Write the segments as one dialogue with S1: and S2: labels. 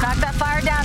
S1: Knock that fire down,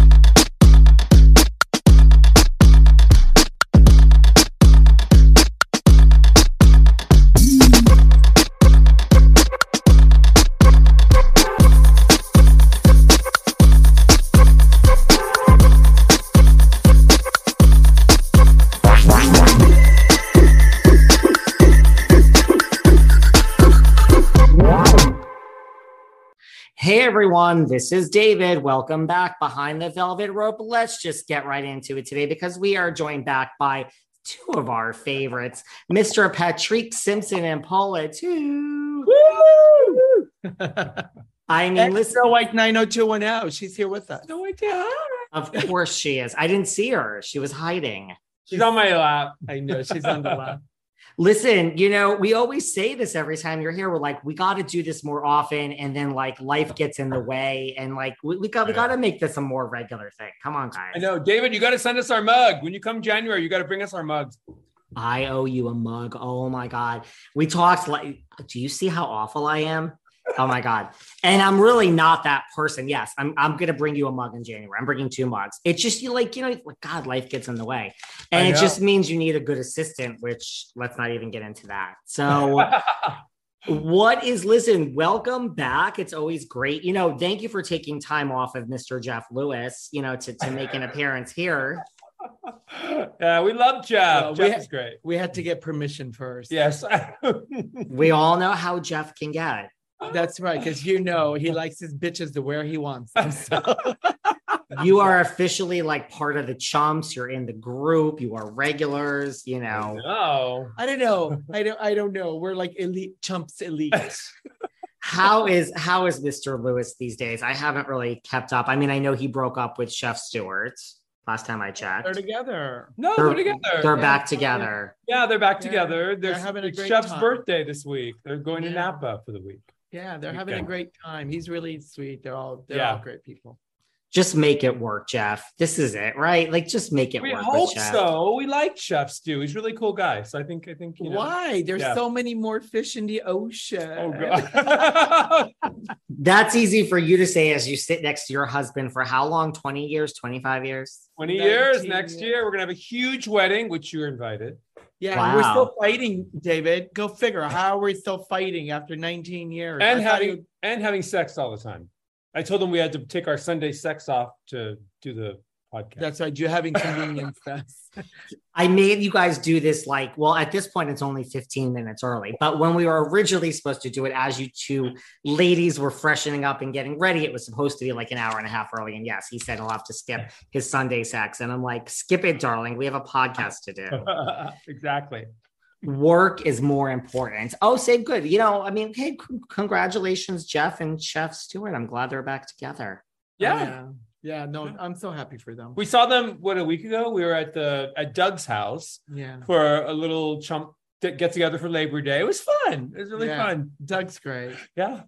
S2: Hey everyone, this is David. Welcome back behind the velvet rope. Let's just get right into it today because we are joined back by two of our favorites, Mr. Patrick Simpson and Paula too. I mean,
S3: listen,
S2: listen,
S3: White 90210. She's here with us.
S2: of course she is. I didn't see her. She was hiding.
S3: She's on my lap. I know she's on the lap.
S2: Listen, you know, we always say this every time you're here. We're like, we got to do this more often. And then like life gets in the way. And like, we, we got, we got to make this a more regular thing. Come on guys.
S3: I know, David. You got to send us our mug when you come January. You got to bring us our mugs.
S2: I owe you a mug. Oh my God. We talked like, do you see how awful I am? Oh my God. And I'm really not that person. Yes, I'm, I'm going to bring you a mug in January. I'm bringing two mugs. It's just you like, you know, like, God, life gets in the way. And
S3: I
S2: it
S3: know.
S2: just means you need a good assistant, which let's not even get into that. So, what is, listen, welcome back. It's always great. You know, thank you for taking time off of Mr. Jeff Lewis, you know, to, to make an appearance here.
S3: yeah, we love Jeff.
S4: Well, we
S3: Jeff
S4: ha-
S3: is great.
S4: We had to get permission first.
S3: Yes.
S2: We all know how Jeff can get.
S4: That's right, because you know he likes his bitches to where he wants them. So
S2: you are officially like part of the chumps. You're in the group. You are regulars. You know,
S3: no.
S4: I don't know. I don't I don't know. We're like elite chumps elite.
S2: how is how is Mr. Lewis these days? I haven't really kept up. I mean, I know he broke up with Chef Stewart last time I checked.
S4: They're together.
S3: No, they're,
S2: They're-
S3: together.
S2: They're
S4: Yeah.
S2: back together.
S3: yeah, they're back
S4: They're-
S3: together. They're,
S4: they're having a
S3: it's
S4: great
S3: Chef's
S4: time.
S3: birthday this week. They're going to
S4: Yeah.
S3: Napa for the week.
S4: Yeah, they're having
S3: Okay.
S4: a great time. He's really sweet. They're all they're
S3: Yeah.
S4: all great people.
S2: Just make it work, Jeff. This is it, right? Like, just make it
S3: we
S2: work. with
S3: hope
S2: Jeff.
S3: so. We like Chef Stu. He's a really cool guy. So I think I think you know.
S4: Why? There's
S3: Yeah.
S4: so many more fish in the ocean.
S3: Oh god.
S2: That's easy for you to say as you sit next to your husband for how long? Twenty years? Twenty five years?
S3: 20 years
S4: 19
S3: next
S4: years.
S3: year. We're gonna have a huge wedding, which you're invited.
S4: Yeah, and we're
S2: Wow.
S4: still fighting, David. Go figure. How are we still fighting after 19 years?
S3: and
S4: I thought
S3: having
S4: you-
S3: and having sex all the time. I told them we had to take our Sunday sex off to do the podcast.
S4: that's right. You're having convenience fest.
S2: I made you guys do this like, well, at this point, it's only 15 minutes early. But when we were originally supposed to do it, as you two ladies were freshening up and getting ready, it was supposed to be like an hour and a half early. And yes, he said he'll have to skip his Sunday sex. And I'm like, skip it, darling. We have a podcast to do.
S3: exactly.
S2: work is more important. Oh, say good. You know, I mean, hey, c- congratulations, Jeff and Chef Stewart. I'm glad they're back together.
S5: Yeah.
S3: Yeah, no, I'm so happy for them.
S5: We saw them what a week ago. We were at the at Doug's house
S3: Yeah,
S5: for a little chump get together for Labor Day. It was fun. It was really
S3: Yeah.
S5: fun.
S3: Doug's great.
S5: Yeah.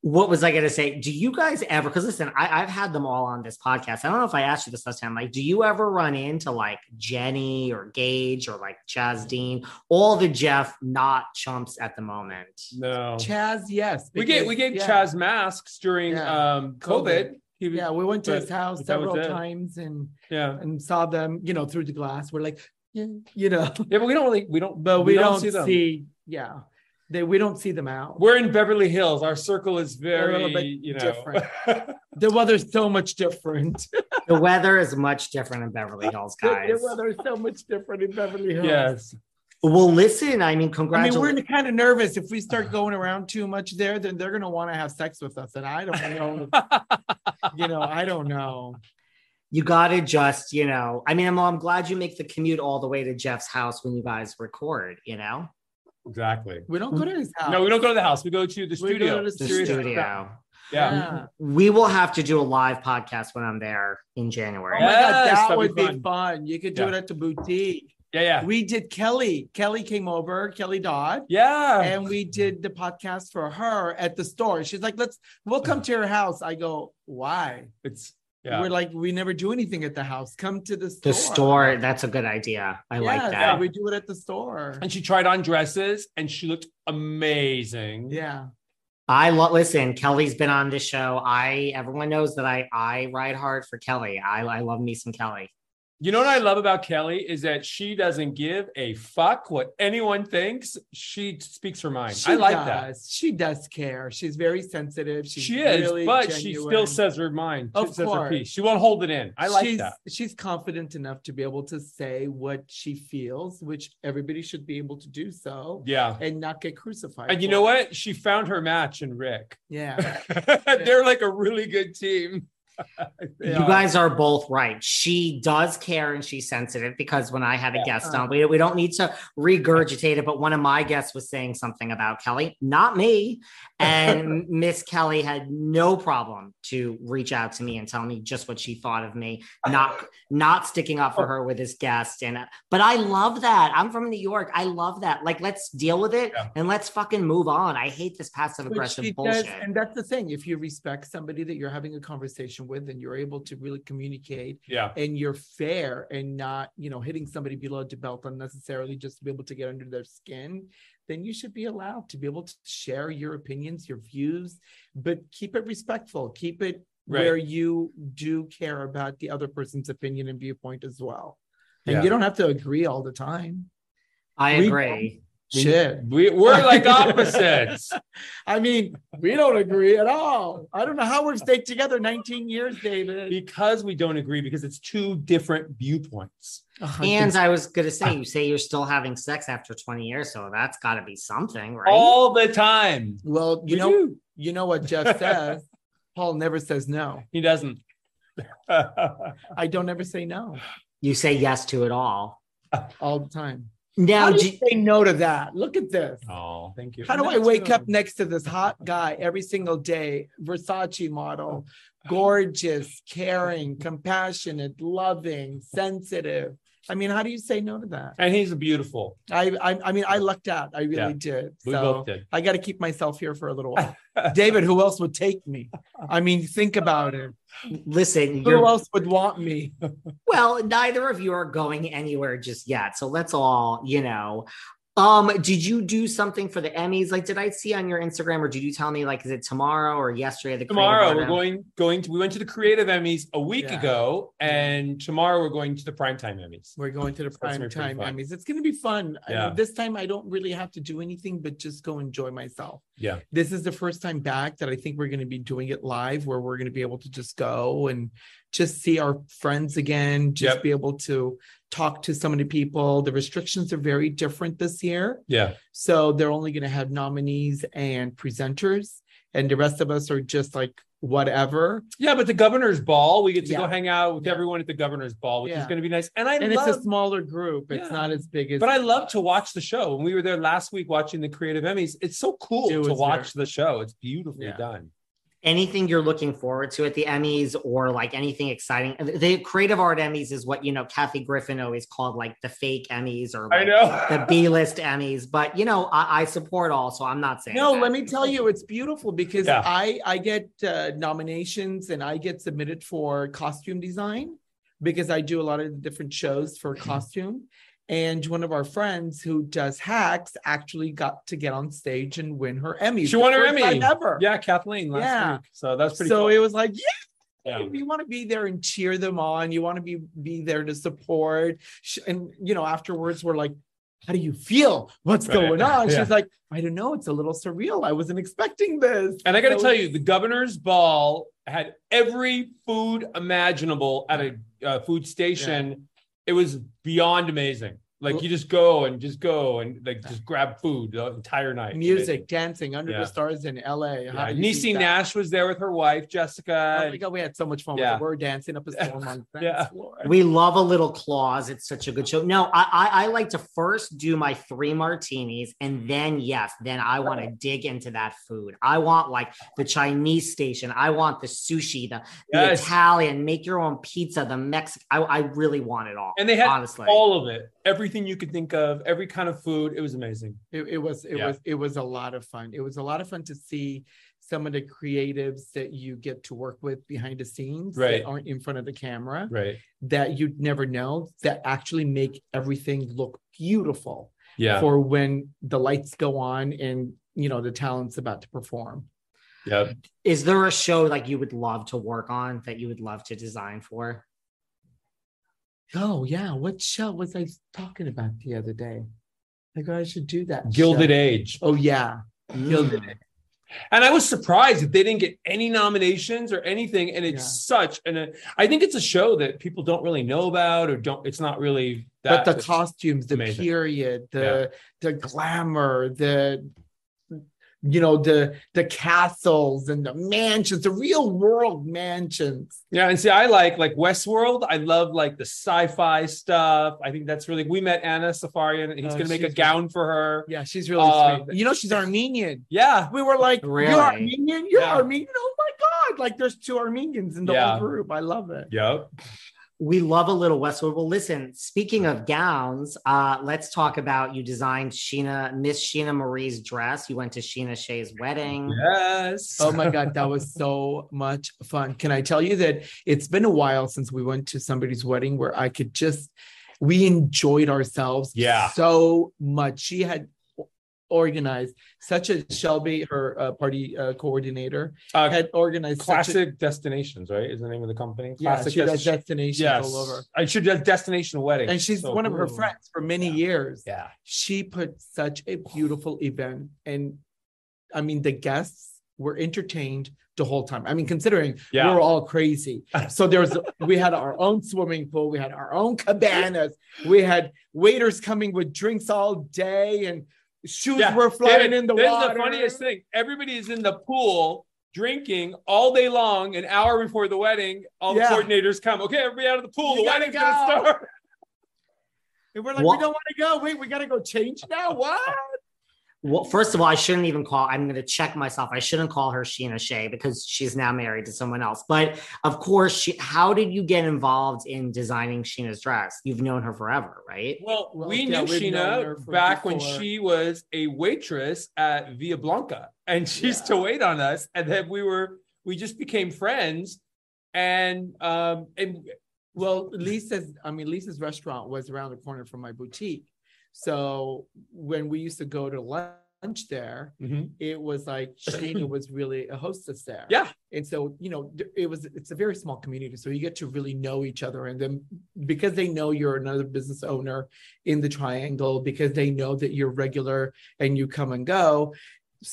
S2: What was I going to say? Do you guys ever, because listen, I, I've had them all on this podcast. I don't know if I asked you this last time. Like, do you ever run into like Jenny or Gage or like Chaz Dean, all the Jeff not chumps at the moment?
S5: No.
S3: Chaz, yes.
S5: we gave we
S3: because-
S5: gave
S3: yeah.
S5: Chaz masks during
S3: Yeah.
S5: um COVID. He was,
S3: Yeah, we went to
S5: but
S3: his house
S5: that was
S3: several
S5: it.
S3: times and
S5: yeah.
S3: and saw them, you know, through the glass. We're like, yeah, you know,
S5: Yeah, but we don't really we don't
S3: but we, don't, see,
S5: them.
S3: yeah, they we don't see them out.
S5: We're in Beverly Hills. Our circle is
S3: They're
S5: very you know
S3: different. the weather's so much different.
S2: The weather is much different in Beverly Hills,
S3: the
S2: guys.
S3: weather's so much different in Beverly Hills.
S5: yes.
S2: Well, listen, I mean,
S3: I
S2: congratulations.
S3: mean, we're kind of nervous if we start
S5: Uh-huh.
S3: going around too much there, then they're gonna want to have sex with us, and I don't know. you know, I don't know.
S2: you gotta just you know i mean I'm, I'm glad you make the commute all the way to jeff's house when you guys record you know
S5: Exactly.
S3: We don't go to his house.
S5: No, we don't go to the house. We go to the
S3: We go
S5: studio.
S3: to the
S2: the
S3: Serious
S2: studio
S5: Yeah.
S3: Yeah.
S2: we will have to do a live podcast when i'm there in january
S3: Oh my god,
S5: Yes,
S3: that
S5: that'd be
S3: would be fun.
S5: fun.
S3: You could do
S5: Yeah.
S3: it at the boutique.
S5: Yeah. Yeah.
S3: We did Kelly. Kelly came over, Kelly Dodd,
S5: Yeah.
S3: and we did the podcast for her at the store. She's like, "Let's, we'll come to your house." I go, "Why?"
S5: It's yeah.
S3: We're like, "We never do anything at the house. Come to the
S2: the
S3: store."
S2: store that's a good idea i like
S3: Yes,
S2: that
S3: We do it at the store.
S5: and she tried on dresses and she looked amazing.
S3: Yeah.
S2: i love listen kelly's been on this show i everyone knows that i i ride hard for kelly i, I love me some kelly
S5: You know what I love about Kelly is that she doesn't give a fuck what anyone thinks. She speaks her mind.
S3: She
S5: I like
S3: does.
S5: that.
S3: She does care. She's very sensitive. She's
S5: she is,
S3: really
S5: but she
S3: genuine.
S5: still says her mind. She
S3: Of
S5: says her
S3: course.
S5: piece. She won't hold it in. I like
S3: she's,
S5: that.
S3: She's confident enough to be able to say what she feels, which everybody should be able to do so
S5: Yeah.
S3: and not get crucified.
S5: And you
S3: for
S5: know
S3: it.
S5: what? She found her match in Rick.
S3: Yeah.
S5: They're like a really good team. They
S2: You
S5: are.
S2: guys are both right. She does care and she's sensitive because when I had a guest on, we, we don't need to regurgitate it, but one of my guests was saying something about Kelly, not me. And Miss Kelly had no problem to reach out to me and tell me just what she thought of me, not not sticking up
S3: Oh.
S2: for her with his guest. And but I love that. I'm from New York. I love that. Like, let's deal with it
S5: Yeah.
S2: and let's fucking move on. I hate this passive
S3: But she
S2: aggressive
S3: does,
S2: bullshit.
S3: and that's the thing. If you respect somebody that you're having a conversation with and you're able to really communicate
S5: Yeah.
S3: and you're fair and not, you know, hitting somebody below the belt unnecessarily just to be able to get under their skin, then you should be allowed to be able to share your opinions, your views, but keep it respectful. Keep it
S5: Right.
S3: where you do care about the other person's opinion and viewpoint as well. And
S5: Yeah.
S3: you don't have to agree all the time.
S2: I
S3: we-
S2: agree.
S3: Shit.
S5: We, we're like opposites.
S3: I mean, we don't agree at all. I don't know how we've stayed together 19 years, David.
S5: because we don't agree because it's two different viewpoints.
S2: And I was gonna say, you say you're still having sex after 20 years, so that's got to be something, right?
S5: All the time.
S3: well, you
S5: We
S3: know,
S5: do.
S3: you know what Jeff says. Paul never says no.
S5: He doesn't.
S3: I don't ever say no
S2: you say yes to it all.
S3: all the time. How
S2: Now,
S3: do you
S2: j-
S3: say no to that? Look at this.
S5: oh, thank you.
S3: How do I wake up next to this hot guy every single day? Versace model, gorgeous, caring, compassionate, loving, sensitive. I mean, how do you say no to that?
S5: And he's beautiful.
S3: I I, I mean, I lucked out. I really
S5: Yeah.
S3: did.
S5: We
S3: so
S5: both did.
S3: I got to keep myself here for a little while. David, who else would take me? I mean, think about it.
S2: listen,
S3: Who
S2: you're
S3: else would want me?
S2: well, neither of you are going anywhere just yet, so let's all, you know. Um, did you do something for the Emmys? Like, did I see on your Instagram, or did you tell me, like, is it tomorrow or yesterday? The Creative
S5: Tomorrow we're
S2: Artists?
S5: going going to we went to the creative Emmys a week
S3: Yeah.
S5: ago, and tomorrow we're going to the primetime Emmys.
S3: We're going to the
S5: gonna be
S3: prime time
S5: pretty fun.
S3: Emmys. It's going to be fun. I mean,
S5: Yeah.
S3: this time, I don't really have to do anything but just go enjoy myself.
S5: Yeah.
S3: This is the first time back that I think we're going to be doing it live, where we're going to be able to just go and
S6: just see our friends again, just
S3: Yep.
S6: be able to talk to so many people. The restrictions are very different this year.
S3: Yeah.
S6: So they're only going to have nominees and presenters, and the rest of us are just like whatever.
S3: Yeah, but the governor's ball, we get to go
S6: Yeah.
S3: hang out with everyone at the governor's ball, which is
S6: Yeah.
S3: going to be nice. And I
S6: and
S3: love,
S6: it's a smaller group. It's
S3: Yeah.
S6: not as big as.
S3: but I love to watch the show. When we were there last week watching the Creative Emmys, it's so cool
S6: It
S3: to
S6: was
S3: watch the show. It's beautifully
S6: Yeah.
S3: done.
S2: anything you're looking forward to at the Emmys or like anything exciting. The creative art Emmys is what you know Kathy Griffin always called like the fake Emmys or
S3: I
S2: like, the
S3: know.
S2: B list Emmys. But you know, I, I support all, so I'm not saying
S6: No,
S2: that.
S6: let me tell you, it's beautiful because
S3: Yeah.
S6: I I get uh, nominations and I get submitted for costume design because I do a lot of different shows for costume. And one of our friends who does hacks actually got to get on stage and win her Emmy.
S3: She won her Emmy.
S6: Ever.
S3: Yeah, Kathleen last
S6: Yeah.
S3: week. So that's pretty
S6: so
S3: cool.
S6: it was like,
S3: Yeah.
S6: you want to be there and cheer them on you want to be be there to support Sh- and you know afterwards we're like how do you feel what's
S3: Right.
S6: going on
S3: Yeah.
S6: she's like i don't know it's a little surreal i wasn't expecting this
S3: And I got to
S6: So-
S3: tell you, the governor's ball had every food imaginable at a uh, food station. It was beyond amazing. Like you just go and just go and like just grab food the entire night.
S6: music dancing under
S3: Yeah.
S6: the stars in la
S3: Yeah. Niecy Nash was there with her wife Jessica.
S6: Oh my
S3: and-
S6: god, we had so much fun. with
S3: Yeah.
S6: it. We're dancing up a storm on the
S3: Yeah.
S6: dance floor.
S2: We love a little claws. It's such a good show. No, I, I I like to first do my three martinis, and then yes, then I want to dig into that food. I want like the Chinese station. I want the sushi, the, the
S3: Yes.
S2: Italian, make your own pizza, the Mexican. I, I really want it all.
S3: And they had
S2: honestly.
S3: all of it, everything you could think of, every kind of food. It was amazing.
S6: It, it was it
S3: Yeah.
S6: was it was a lot of fun. It was a lot of fun to see some of the creatives that you get to work with behind the scenes
S3: Right.
S6: that aren't in front of the camera.
S3: Right.
S6: that you'd never know that actually make everything look beautiful
S3: Yeah.
S6: for when the lights go on and you know the talent's about to perform.
S3: yeah.
S2: Is there a show like you would love to work on that you would love to design for?
S6: Oh yeah, what show was I talking about the other day? Like I should do that.
S3: Gilded
S6: show.
S3: Age.
S6: Oh yeah, Gilded
S2: Mm.
S6: Age.
S3: And I was surprised that they didn't get any nominations or anything. And it's
S6: Yeah.
S3: such an uh, I think it's a show that people don't really know about or don't it's not really that
S6: But the
S3: it's-
S6: costumes, the
S3: amazing.
S6: period, the the glamour, the you know the the castles and the mansions, the real world mansions.
S3: Yeah, and see, I like like Westworld. I love like the sci-fi stuff. I think that's really we met Anna Safarian and he's
S6: Oh,
S3: gonna make a
S6: she's
S3: gown for her.
S6: Yeah, she's really
S3: Uh,
S6: sweet. You know, she's Armenian.
S3: Yeah.
S6: we were like,
S2: Really?
S6: "You're Armenian, you're
S3: Yeah.
S6: Armenian." Oh my god! Like, there's two Armenians in the
S3: Yeah.
S6: whole group. I love it.
S3: Yep.
S2: We love a little Westwood. Well, listen, speaking of gowns, uh, let's talk about you designed Sheena, Miss Sheena Marie's dress. You went to Sheena Shea's wedding.
S3: Yes.
S6: Oh my god, that was so much fun. Can I tell you that it's been a while since we went to somebody's wedding where I could just we enjoyed ourselves
S3: Yeah.
S6: so much. She had organized such a Shelby, her uh, party uh, coordinator,
S3: Uh,
S6: had organized Such a,
S3: Classic Destinations, right? Is the name of the company?
S6: yeah,
S3: Classic
S6: she has
S3: Dest-
S6: destinations
S3: yes.
S6: all over.
S3: I should have Destination Wedding.
S6: And she's
S3: So
S6: one of her
S3: cool.
S6: friends for many
S3: Yeah.
S6: years.
S3: Yeah.
S6: she put such a beautiful event and i mean the guests were entertained the whole time i mean considering
S3: Yeah.
S6: we were all crazy so there was we had our own swimming pool we had our own cabanas we had waiters coming with drinks all day and shoes
S3: Yeah.
S6: were flying
S3: David,
S6: in the
S3: this
S6: water
S3: is the funniest thing. Everybody is in the pool drinking all day long, an hour before the wedding. All
S6: Yeah.
S3: the coordinators come. Okay, everybody out of the pool.
S6: You
S3: the
S6: gotta
S3: wedding's
S6: go.
S3: gonna start.
S6: and we're like
S2: Wha-
S6: we don't want to go wait we gotta go change now what
S2: Well, first of all, I shouldn't even call. I'm going to check myself. I shouldn't call her Sheena Shea because she's now married to someone else. But of course, she, how did you get involved in designing Sheena's dress? You've known her forever, right?
S3: Well,
S6: Well,
S3: we
S6: yeah,
S3: knew
S6: we've known her
S3: Sheena
S6: for
S3: back when
S6: before.
S3: she was a waitress at Via Blanca, and she used to wait on us, and then we were we just became friends, and um and
S6: Well, Lisa's, I mean, Lisa's restaurant was around the corner from my boutique. So when we used to go to lunch there, it was like Sheena was really a hostess there.
S3: Yeah.
S6: And so, you know, th- it was, it's a very small community. So you get to really know each other. And then because they know you're another business owner in the triangle, because they know that you're regular and you come and go,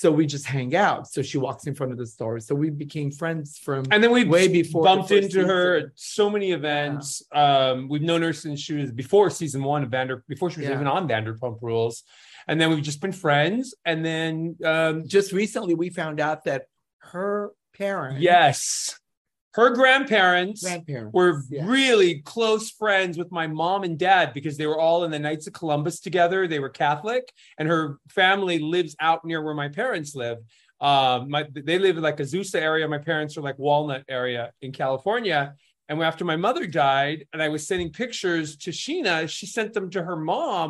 S6: So we just hang out. So she walks in front of the store. So we became friends from
S3: And then we
S6: way before the
S3: bumped
S6: first
S3: into her
S6: season.
S3: at so many events. Um, we've known her since she was before season one of Vander, before she was
S6: Yeah.
S3: even on Vanderpump Rules, and then we've just been friends. And then, um,
S6: Just recently, we found out that her parents,
S3: yes, her grandparents
S6: grandparents,
S3: were
S6: yeah.
S3: really close friends with my mom and dad because they were all in the Knights of Columbus together. They were Catholic, and her family lives out near where my parents live. Um, my, they live in like Azusa area. My parents are like Walnut area in California. And after my mother died, and I was sending pictures to Sheena, she sent them to her mom,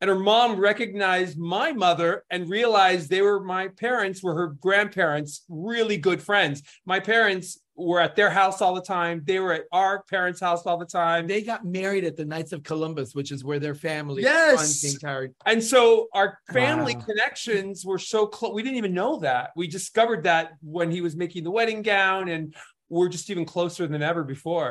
S3: and her mom recognized my mother and realized they were my parents, were her grandparents, really good friends. My parents were at their house all the time. They were at our parents' house all the time.
S6: They got married at the Knights of Columbus, which is where their family
S3: Yes.
S6: runs the entire.
S3: And so our family
S6: Wow.
S3: connections were so close. We didn't even know that. We discovered that when he was making the wedding gown, and we're just even closer than ever before.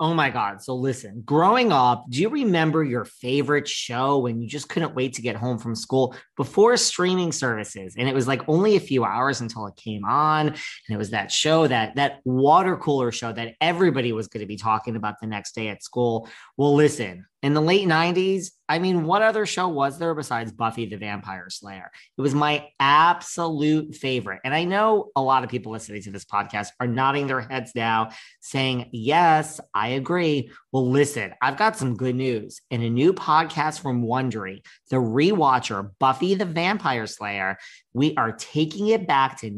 S2: Oh my God. So listen, growing up, do you remember your favorite show when you just couldn't wait to get home from school before streaming services? And it was like only a few hours until it came on. And it was that show, that that water cooler show that everybody was going to be talking about the next day at school. Well, listen, in the late 90s, I mean, what other show was there besides Buffy the Vampire Slayer? It was my absolute favorite. And I know a lot of people listening to this podcast are nodding their heads now saying, Yes, I agree. Well, listen, I've got some good news. In a new podcast from Wondery, The Rewatcher, Buffy the Vampire Slayer, we are taking it back to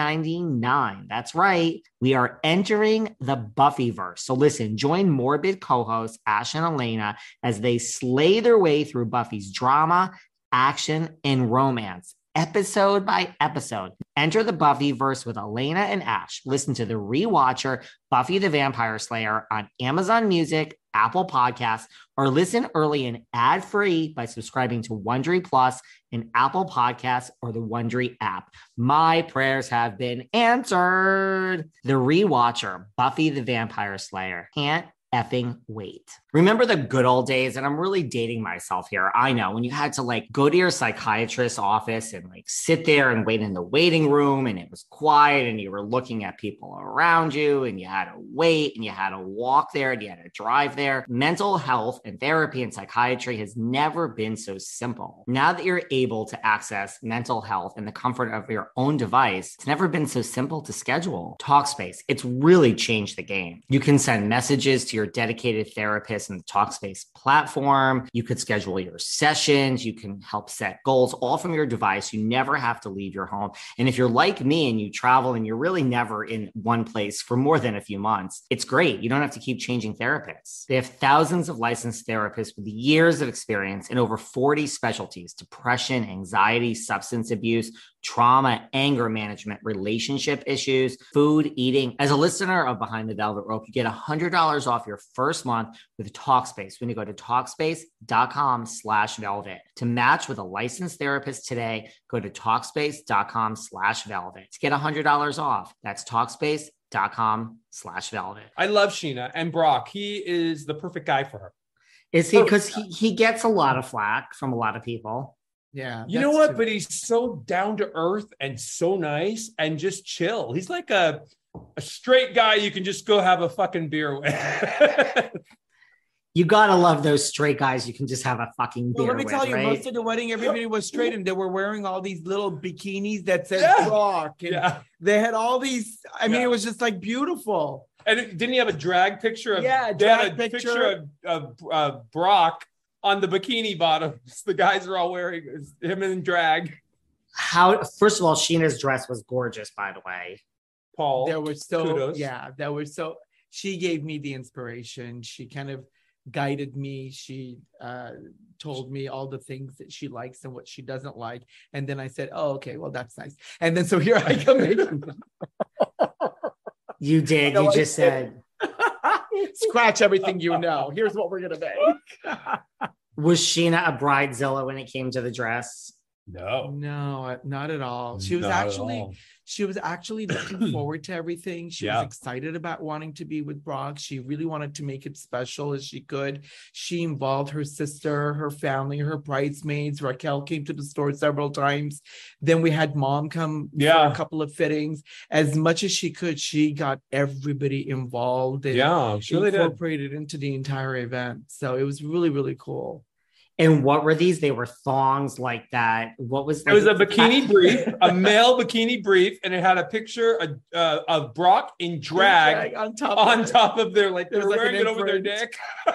S2: 1999. That's right. We are entering the Buffyverse. So listen, join Morbid co hosts Ash and Elena as they slay their way through Buffy's drama, action, and romance. Episode by episode. Enter the Buffyverse with Elena and Ash. Listen to the rewatcher Buffy the Vampire Slayer on Amazon Music, Apple Podcasts, or listen early and ad free by subscribing to Wondery Plus in Apple Podcasts or the Wondery app. My prayers have been answered. The rewatcher Buffy the Vampire Slayer can't effing wait. Remember the good old days, and I'm really dating myself here. I know when you had to like go to your psychiatrist's office and like sit there and wait in the waiting room, and it was quiet, and you were looking at people around you, and you had to wait, and you had to walk there, and you had to drive there. Mental health and therapy and psychiatry has never been so simple. Now that you're able to access mental health in the comfort of your own device, it's never been so simple to schedule. Talkspace, it's really changed the game. You can send messages to your dedicated therapist in the Talkspace platform. You could schedule your sessions. You can help set goals all from your device. You never have to leave your home. And if you're like me and you travel and you're really never in one place for more than a few months, it's great. You don't have to keep changing therapists. They have thousands of licensed therapists with years of experience in over 40 specialties depression, anxiety, substance abuse trauma, anger management, relationship issues, food, eating. As a listener of Behind the Velvet Rope, you get $100 off your first month with Talkspace when you go to Talkspace.com slash velvet. To match with a licensed therapist today, go to Talkspace.com slash velvet to get $100 off. That's Talkspace.com slash velvet.
S5: I love Sheena and Brock. He is the perfect guy for her.
S2: Is he? Because he, he gets a lot of flack from a lot of people.
S3: Yeah.
S5: You know what? True. But he's so down to earth and so nice and just chill. He's like a, a straight guy you can just go have a fucking beer with.
S2: you gotta love those straight guys you can just have a fucking
S3: well,
S2: beer
S3: let me
S2: with,
S3: tell you
S2: right?
S3: most of the wedding everybody was straight and they were wearing all these little bikinis that said yeah. rock and yeah. they had all these i mean yeah. it was just like beautiful
S5: and it, didn't he have a drag picture of
S3: yeah
S5: they had a picture, picture of, of uh, brock on the bikini bottoms the guys are all wearing him in drag
S2: how first of all sheena's dress was gorgeous by the way
S5: paul
S3: there were so kudos. yeah there were so she gave me the inspiration she kind of guided me. She uh, told me all the things that she likes and what she doesn't like. And then I said, "Oh, okay, well that's nice." And then so here I come. in.
S2: you did. You, know, you just said,
S3: "Scratch everything you know." Here's what we're gonna make.
S2: Was Sheena a bridezilla when it came to the dress?
S5: No,
S3: no, not at all. She was not actually, she was actually looking forward to everything. She yeah. was excited about wanting to be with Brock. She really wanted to make it special as she could. She involved her sister, her family, her bridesmaids. Raquel came to the store several times. Then we had mom come
S5: yeah.
S3: a couple of fittings. As much as she could, she got everybody involved.
S5: And yeah, she really
S3: incorporated did. into the entire event. So it was really, really cool.
S2: And what were these? They were thongs like that. What was?
S5: It was a bikini brief, a male bikini brief, and it had a picture of, uh, of Brock in drag,
S3: drag on top
S5: on of top of their like they're like wearing it over their neck.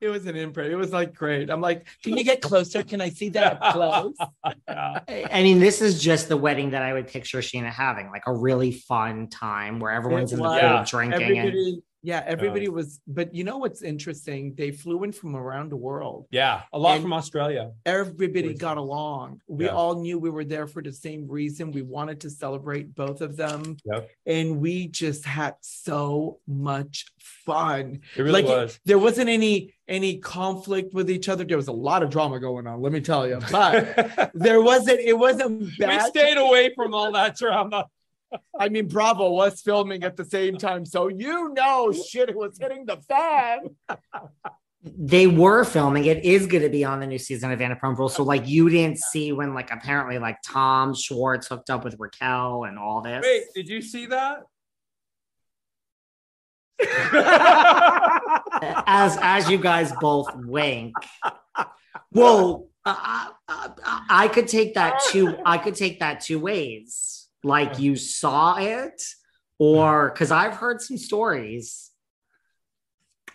S3: it was an imprint. It was like great. I'm like, can you get closer? Can I see that up close?
S2: I mean, this is just the wedding that I would picture Sheena having, like a really fun time where everyone's in the pool yeah. drinking. Everybody- and-
S3: yeah, everybody um, was. But you know what's interesting? They flew in from around the world.
S5: Yeah, a lot from Australia.
S3: Everybody got along. We yeah. all knew we were there for the same reason. We wanted to celebrate both of them.
S5: Yep.
S3: And we just had so much fun.
S5: It really like, was. It,
S3: there wasn't any any conflict with each other. There was a lot of drama going on, let me tell you. But there wasn't. It wasn't bad.
S5: We stayed away from all that drama.
S3: I mean, Bravo was filming at the same time, so you know shit was hitting the fan.
S2: they were filming. It is going to be on the new season of Vanderpump Rules. So, like, you didn't see when, like, apparently, like Tom Schwartz hooked up with Raquel and all this.
S5: Wait, did you see that?
S2: as as you guys both wink. Whoa, uh, uh, uh, I could take that two. I could take that two ways like you saw it or because i've heard some stories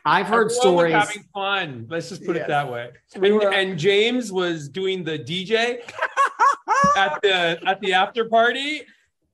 S2: i've heard Everyone stories uh,
S5: having fun let's just put yes. it that way we and, were... and, james was doing the dj at the at the after party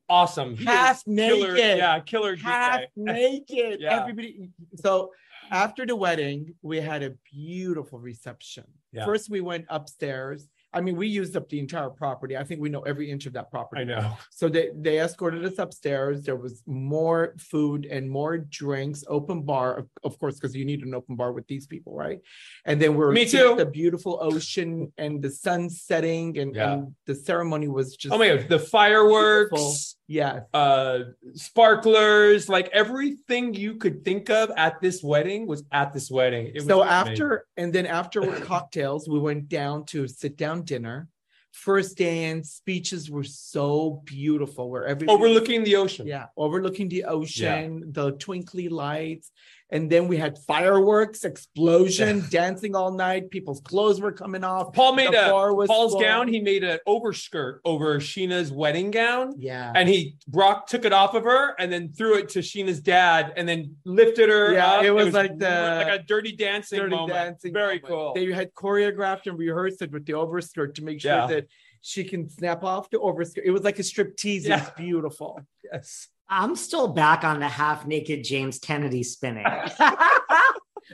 S5: awesome
S3: he half naked
S5: killer, yeah killer DJ.
S3: half naked yeah. everybody so after the wedding we had a beautiful reception
S5: yeah.
S3: first we went upstairs I mean, we used up the entire property. I think we know every inch of that property.
S5: I know.
S3: So they, they escorted us upstairs. There was more food and more drinks, open bar, of, of course, because you need an open bar with these people, right? And then we're
S5: Me too.
S3: the beautiful ocean and the sun setting, and,
S5: yeah.
S3: and the ceremony was just
S5: oh my god, the fireworks. Beautiful.
S3: Yes.
S5: Uh, sparklers, like everything you could think of at this wedding was at this wedding. It was
S3: so after, amazing. and then after cocktails, we went down to sit down dinner. First dance speeches were so beautiful, where everybody
S5: overlooking the ocean.
S3: Yeah, overlooking the ocean, yeah. the twinkly lights, and then we had fireworks, explosion, dancing all night. People's clothes were coming off.
S5: Paul made the a Paul's full. gown. He made an overskirt over Sheena's wedding gown.
S3: Yeah,
S5: and he Brock took it off of her and then threw it to Sheena's dad and then lifted her.
S3: Yeah,
S5: up.
S3: It, was it was like the
S5: like a dirty dancing dirty moment. Dancing Very moment. cool.
S3: They had choreographed and rehearsed it with the overskirt to make sure yeah. that she can snap off the overskirt. It was like a strip tease. Yeah. It's beautiful.
S5: Yes.
S2: I'm still back on the half naked James Kennedy spinning.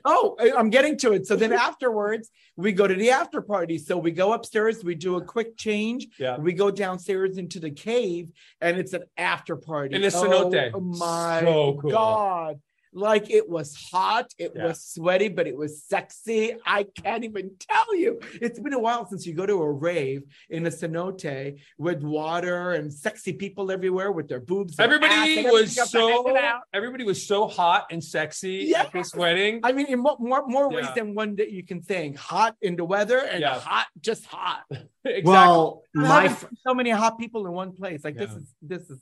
S3: oh, I- I'm getting to it. So then afterwards, we go to the after party. So we go upstairs, we do a quick change,
S5: Yeah.
S3: we go downstairs into the cave, and it's an after party.
S5: In a cenote.
S3: Oh my
S5: So cool.
S3: god. Like it was hot, it
S5: Yeah.
S3: was sweaty, but it was sexy. I can't even tell you. It's been a while since you go to a rave in a cenote with water and sexy people everywhere with their boobs. and ass and
S5: Everybody
S3: everything
S5: was
S3: up their
S5: so
S3: ass and out.
S5: everybody was so hot and sexy at this wedding.
S3: I mean, in more more, more ways
S5: Yeah.
S3: than one that you can think. Hot in the weather and
S5: Yeah.
S3: hot, just hot.
S5: exactly.
S2: Well, my
S3: Having
S2: fr-
S3: so many hot people in one place. Like this is this is.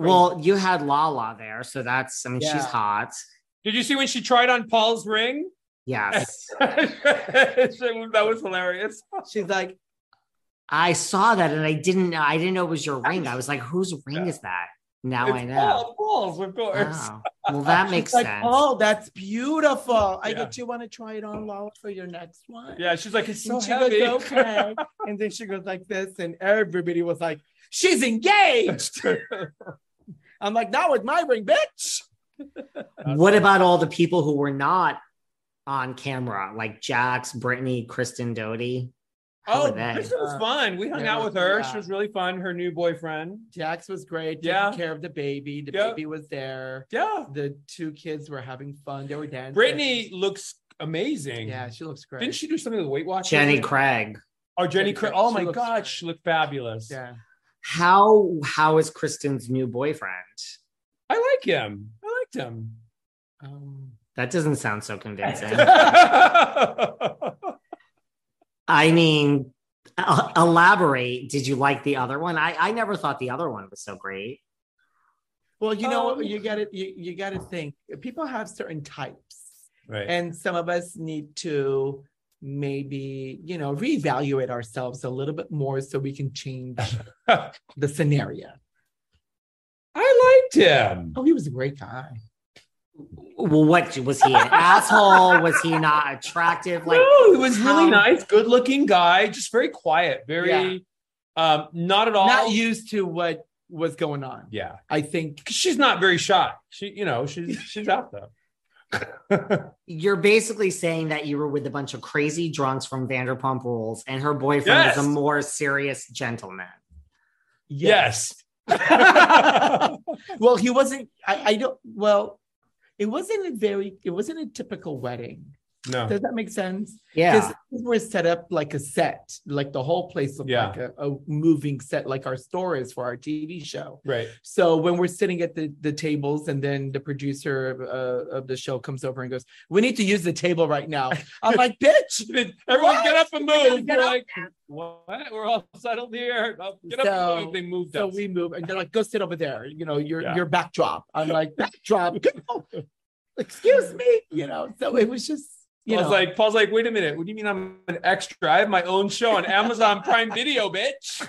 S2: Well, you had Lala there, so that's I mean
S5: Yeah.
S2: she's hot.
S5: Did you see when she tried on Paul's ring?
S2: Yes.
S5: that was hilarious.
S3: She's like,
S2: I saw that and I didn't know I didn't know it was your ring. I was like, whose ring is that? Now
S5: It's
S2: I know.
S5: Paul Paul's, of course.
S2: Wow. Well, that
S3: She's
S2: makes
S3: like,
S2: sense.
S3: Oh, that's beautiful. I
S5: Yeah.
S3: get you want to try it on, Lala, for your next one.
S5: Yeah, she's like, it's so
S3: and she
S5: heavy.
S3: goes, okay. and then she goes like this, and everybody was like, she's engaged. I'm like, not with my ring, bitch.
S2: What about all the people who were not on camera, like Jax, Brittany, Kristen Doty? How
S5: Oh,
S2: were they?
S5: this was fun. We hung
S3: Uh, Yeah,
S5: out with her.
S3: yeah.
S5: She was really fun. Her new boyfriend.
S3: Jax was great. Taking
S5: Yeah.
S3: care of the baby. The
S5: Yeah.
S3: baby was there.
S5: Yeah.
S3: The two kids were having fun. They were dancing.
S5: Brittany looks amazing.
S3: Yeah, she looks great.
S5: Didn't she do something with Weight Watchers?
S2: Jenny Craig.
S5: Oh, Jenny
S3: Jenny Craig.
S5: Craig. Oh
S3: She
S5: my
S3: looks
S5: God, she looked fabulous.
S3: Yeah.
S2: How how is Kristen's new boyfriend?
S5: I like him. I liked him.
S3: Um,
S2: That doesn't sound so convincing.
S5: I
S2: I mean, e- elaborate. Did you like the other one? I I never thought the other one was so great.
S3: well, you know,
S5: Um,
S3: you got to you, you got to think. People have certain types,
S5: Right.
S3: and some of us need to maybe you know reevaluate ourselves a little bit more so we can change the scenario.
S5: liked him.
S3: Oh, he was a great guy.
S2: Well, what was he an asshole? Was he not attractive? Like,
S5: no, he was really
S2: how-
S5: nice, good looking guy, just very quiet, very um, not at all.
S3: Not used to what was going on.
S5: Yeah.
S3: I think.
S5: She's not very shy. She, you know, she's she's out there.
S2: You're basically saying that you were with a bunch of crazy drunks from Vanderpump Rules, and her boyfriend
S5: Yes.
S2: is a more serious gentleman.
S5: Yes.
S3: well, he wasn't. I, I don't. Well, it wasn't a very. It wasn't a typical wedding.
S5: no.
S3: Does that make sense?
S2: Yeah,
S3: these were set up like a set, like the whole place looked
S5: Yeah.
S3: like a, a moving set, like our store is for our TV show.
S5: Right.
S3: So when we're sitting at the, the tables, and then the producer of, uh, of the show comes over and goes, "We need to use the table right now." I'm like, "Bitch!"
S5: Everyone get up and move.
S3: Get
S5: We're
S3: up
S5: like, what? We're all settled here. Oh, Get up and
S3: So-
S5: move. They moved
S3: So
S5: us.
S3: we move, and they're like, "Go sit over there." You know, your
S5: Yeah.
S3: your backdrop. I'm like, "Backdrop." Go. Excuse me. You know. So it was just. You
S5: Paul's
S3: know,
S5: like, Paul's like, wait a minute. What do you mean I'm an extra? I have my own show on Amazon Prime Video, bitch.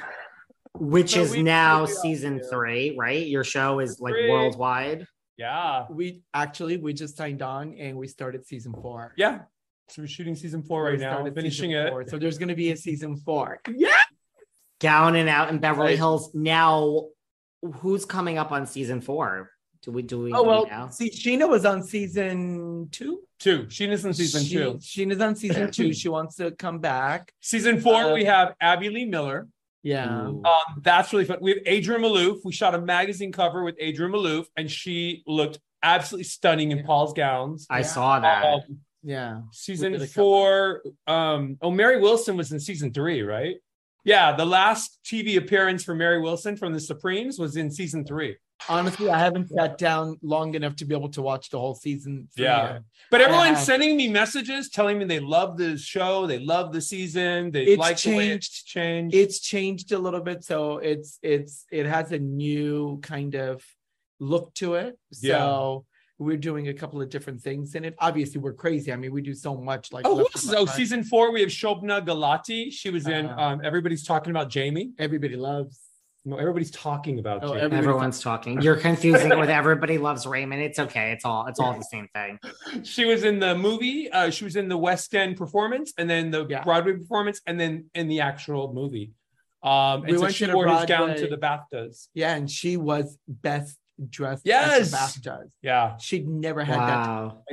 S2: which
S5: So
S2: is
S5: we-
S2: now
S5: we-
S2: season
S5: yeah.
S2: three, right? Your show is like
S5: Three.
S2: worldwide.
S5: Yeah.
S3: we actually we just signed on and we started season four.
S5: Yeah. So we're shooting season four
S3: We
S5: right now,
S3: started
S5: finishing
S3: season
S5: it.
S3: four. So there's going to be a season four. Yeah.
S2: Down and out in Beverly
S5: Right.
S2: Hills. Now, who's coming up on season four? Do we do we?
S3: Oh
S2: do we
S3: well,
S2: know?
S3: see, Sheena was on season two.
S5: Two. Sheena's in season
S3: She-
S5: two.
S3: Sheena's on season two. She wants to come back.
S5: Season four,
S3: Um,
S5: we have Abby Lee Miller.
S3: Yeah. Uh,
S2: Ooh.
S5: Um, that's really fun. We have Adrian Malouf. We shot a magazine cover with Adrian Malouf, and she looked absolutely stunning in Paul's gowns.
S2: I
S3: yeah.
S2: saw that.
S5: Um,
S3: Yeah. We
S5: season
S3: did a
S5: four. Um, oh, Mary Wilson was in season three, right? Yeah, the last TV appearance for Mary Wilson from the Supremes was in season three.
S3: Honestly, I haven't sat down long enough to be able to watch the whole season. for
S5: Yeah.
S3: you.
S5: But everyone's
S3: Yeah.
S5: sending me messages telling me they love the show, they love the season, they
S3: It's
S5: like the way
S3: changed.
S5: it's changed.
S3: It's changed a little bit, so it's it's it has a new kind of look to it. So we're doing a couple of different things in it. Obviously, we're crazy. I mean, we do so much. Like
S5: Oh, who
S3: left
S5: else
S3: and
S5: is- oh,
S3: right.
S5: season four, we have Shobna Galati. She was in
S3: Uh-huh.
S5: um, Everybody's Talking About Jamie.
S3: everybody loves.
S5: No, everybody's talking about
S3: Oh,
S5: Jamie.
S3: every-
S2: Everyone's talking. You're confusing it with everybody loves Raymond. It's okay. It's all it's all the same thing.
S5: she was in the movie, uh, she was in the West End performance, and then the
S3: Yeah.
S5: Broadway performance, and then in the actual movie. Um, and
S3: We
S5: so
S3: went
S5: she
S3: to the
S5: wore his gown
S3: Broadway.
S5: to the BAFTAs.
S3: Yeah, and she was best dressed.
S5: Yes.
S3: at the BAFTAs.
S5: Yeah.
S3: She'd never had that.
S2: Wow.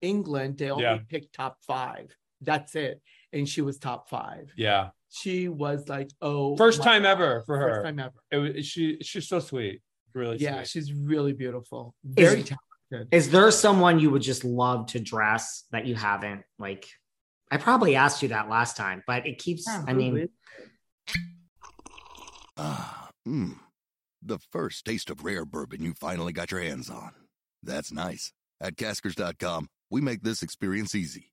S3: England, they only
S5: Yeah.
S3: pick top five. That's it. And she was top five.
S5: Yeah.
S3: She was like, oh,
S5: First
S3: my
S5: time
S3: God.
S5: ever for her.
S3: First time ever.
S5: It was, she she's so sweet. Really
S3: yeah,
S5: sweet.
S3: she's really beautiful.
S2: Is-
S3: Very talented.
S2: Is there someone you would just love to dress that you haven't? Like, I probably asked you that last time, but it keeps,
S3: Yeah,
S2: I
S3: who
S2: mean,
S3: is-
S7: Ah, mmm. The first taste of rare bourbon you finally got your hands on. That's nice. At caskers.com, we make this experience easy.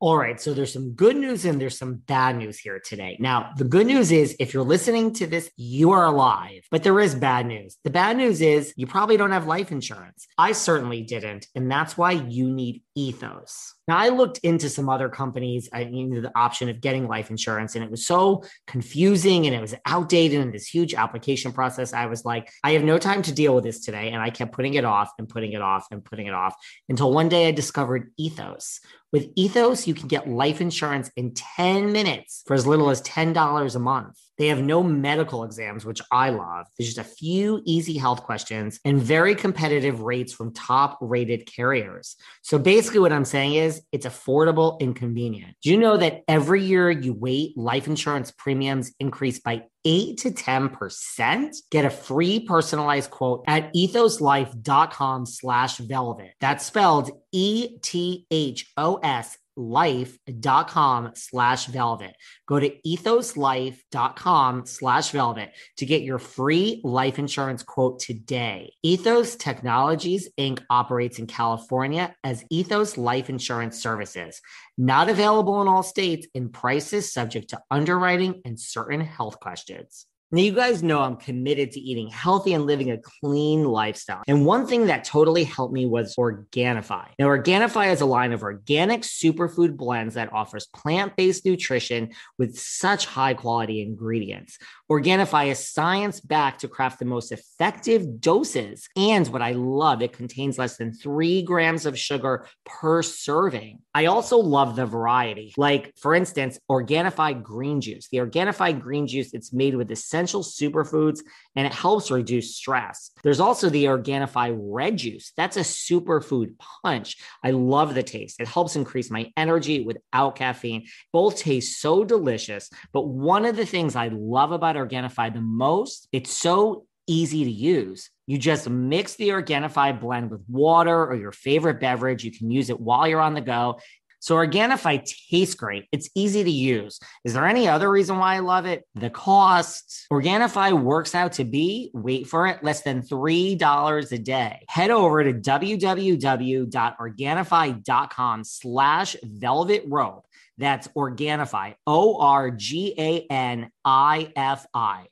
S2: all right. So there's some good news and there's some bad news here today. Now, the good news is if you're listening to this, you are alive, but there is bad news. The bad news is you probably don't have life insurance. I certainly didn't. And that's why you need ethos. Now, I looked into some other companies, I knew the option of getting life insurance, and it was so confusing and it was outdated and this huge application process. I was like, I have no time to deal with this today. And I kept putting it off and putting it off and putting it off until one day I discovered Ethos. With Ethos, you can get life insurance in 10 minutes for as little as $10 a month. They have no medical exams, which I love. There's just a few easy health questions and very competitive rates from top rated carriers. So basically, what I'm saying is it's affordable and convenient. Do you know that every year you wait, life insurance premiums increase by 8 to 10%? Get a free personalized quote at ethoslife.com slash velvet. That's spelled E T H O S life.com slash velvet go to ethoslife.com slash velvet to get your free life insurance quote today ethos technologies inc operates in california as ethos life insurance services not available in all states and prices subject to underwriting and certain health questions now, you guys know I'm committed to eating healthy and living a clean lifestyle. And one thing that totally helped me was Organifi. Now, Organifi is a line of organic superfood blends that offers plant based nutrition with such high quality ingredients. Organifi is science backed to craft the most effective doses. And what I love, it contains less than three grams of sugar per serving. I also love the variety. Like, for instance, Organifi green juice. The Organifi green juice, it's made with essential superfoods and it helps reduce stress. There's also the Organifi red juice. That's a superfood punch. I love the taste. It helps increase my energy without caffeine. Both taste so delicious. But one of the things I love about Organifi the most, it's so easy to use. You just mix the Organifi blend with water or your favorite beverage. You can use it while you're on the go. So Organifi tastes great. It's easy to use. Is there any other reason why I love it? The cost. Organifi works out to be, wait for it, less than $3 a day. Head over to www.organifi.com slash velvet rope. That's Organifi, O-R-G-A-N-I-F-I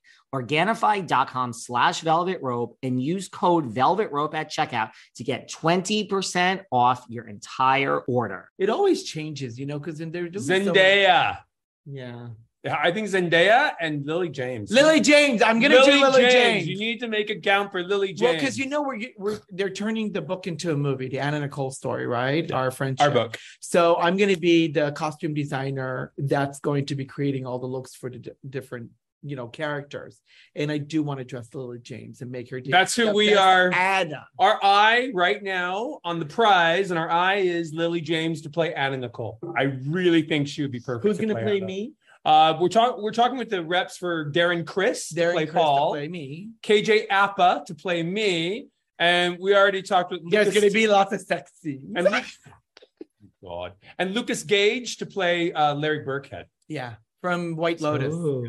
S2: organifi.com slash velvet rope and use code velvet rope at checkout to get 20% off your entire order
S3: It always changes, you know, because then they're doing so much-
S5: Zendaya.
S3: yeah.
S5: Yeah, I think Zendaya and Lily James.
S3: Lily James. I'm gonna do Lily James.
S5: You need to make a gown for Lily James.
S3: Well, because you know we're, we're they're turning the book into a movie, the Anna Nicole story, right? Our friendship,
S5: Our book.
S3: So I'm going to be the costume designer that's going to be creating all the looks for the di- different, you know, characters. And I do want to dress Lily James and make her. do-
S5: That's who
S3: the
S5: we
S3: best
S5: are.
S3: Anna.
S5: Our eye right now on the prize, and our eye is Lily James to play Anna Nicole. I really think she would be perfect.
S3: Who's going to play
S5: Anna.
S3: me?
S5: Uh, we're talking. We're talking with the reps for Darren Chris to
S3: Darren
S5: play
S3: Criss to
S5: Paul,
S3: play me.
S5: KJ Appa to play me, and we already talked with.
S3: There's
S5: Lucas-
S3: going to be lots of sex scenes.
S5: and Lu- God and Lucas Gage to play uh, Larry Burkhead.
S3: yeah, from White Lotus.
S2: Ooh.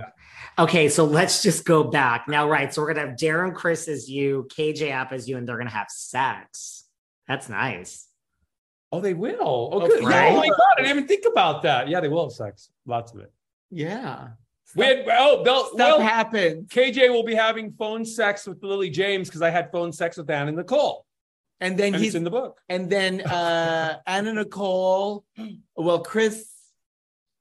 S2: okay so let's just go back now right so we're gonna have darren chris as you kj app as you and they're gonna have sex that's nice
S5: Oh, they will. Oh,
S3: Of
S5: good. Yeah, Oh
S2: course.
S5: my god, I didn't even think about that. Yeah, they will have sex. Lots of it.
S3: Yeah,
S5: We had oh, they'll,
S3: stuff
S5: well,
S3: happens,
S5: KJ will be having phone sex with Lily James because I had phone sex with Anna Nicole,
S3: and then
S5: and
S3: he's
S5: it's in the book.
S3: And then uh Anna Nicole, well, Chris,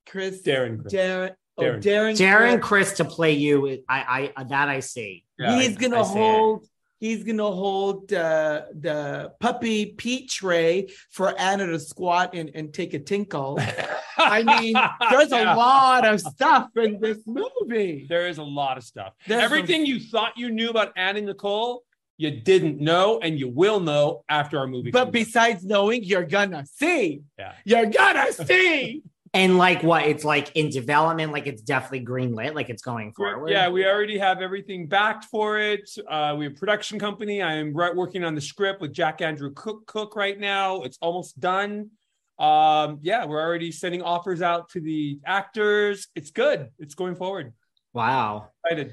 S3: Chris,
S5: Darren Criss.
S3: Darren, oh,
S5: Darren.
S3: Darren,
S2: darren
S3: Criss.
S2: chris to play you i i that i see
S5: Yeah,
S3: he's
S5: I-
S3: gonna
S2: I see it.
S3: hold he's gonna hold uh, the puppy pee tray for Anna to squat and, and take a tinkle. I mean, there's
S5: Yeah.
S3: a lot of stuff in this movie.
S5: There is a lot of stuff.
S3: There's
S5: Everything you thought you knew about Anna Nicole, you didn't know, and you will know after our movie.
S3: But besides knowing, you're gonna see.
S5: Yeah.
S3: You're gonna see.
S2: And like what? It's like in development, like it's definitely greenlit, like it's going forward.
S5: Yeah, we already have everything backed for it. Uh, we have a production company. I am right working on the script with Jack Andrew Cook Cook right now. It's almost done. Um, yeah, we're already sending offers out to the actors. It's good. It's going forward.
S2: Wow.
S5: Excited.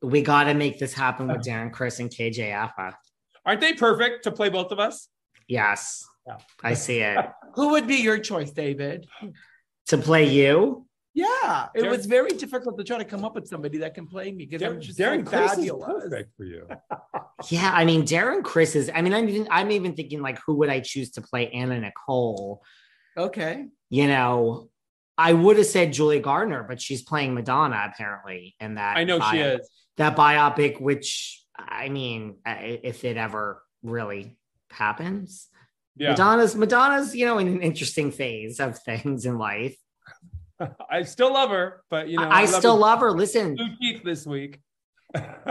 S2: We got to make this happen with Darren Chris and KJ Alpha.
S5: Aren't they perfect to play both of us?
S2: Yes. I see it.
S3: Who would be your choice, David?
S2: to play you?
S3: Yeah, it
S5: Darren-
S3: was very difficult to try to come up with somebody that can play me because I'm just so
S5: Darren Criss is
S3: fabulous.
S5: perfect for you.
S2: Yeah, I mean Darren Chris is. I mean, I'm even I'm even thinking like, who would I choose to play Anna Nicole?
S3: Okay.
S2: You know, I would have said Julia Gardner, but she's playing Madonna apparently, and that
S5: I know she
S2: bio-
S5: is.
S2: that biopic. Which I mean, I- if it ever really happens,
S5: Yeah.
S2: Madonna's Madonna's you know in an interesting phase of things in life.
S5: I still love her, but you know,
S2: I, I still
S5: her.
S2: love her. Listen,
S5: Blue Keith this week.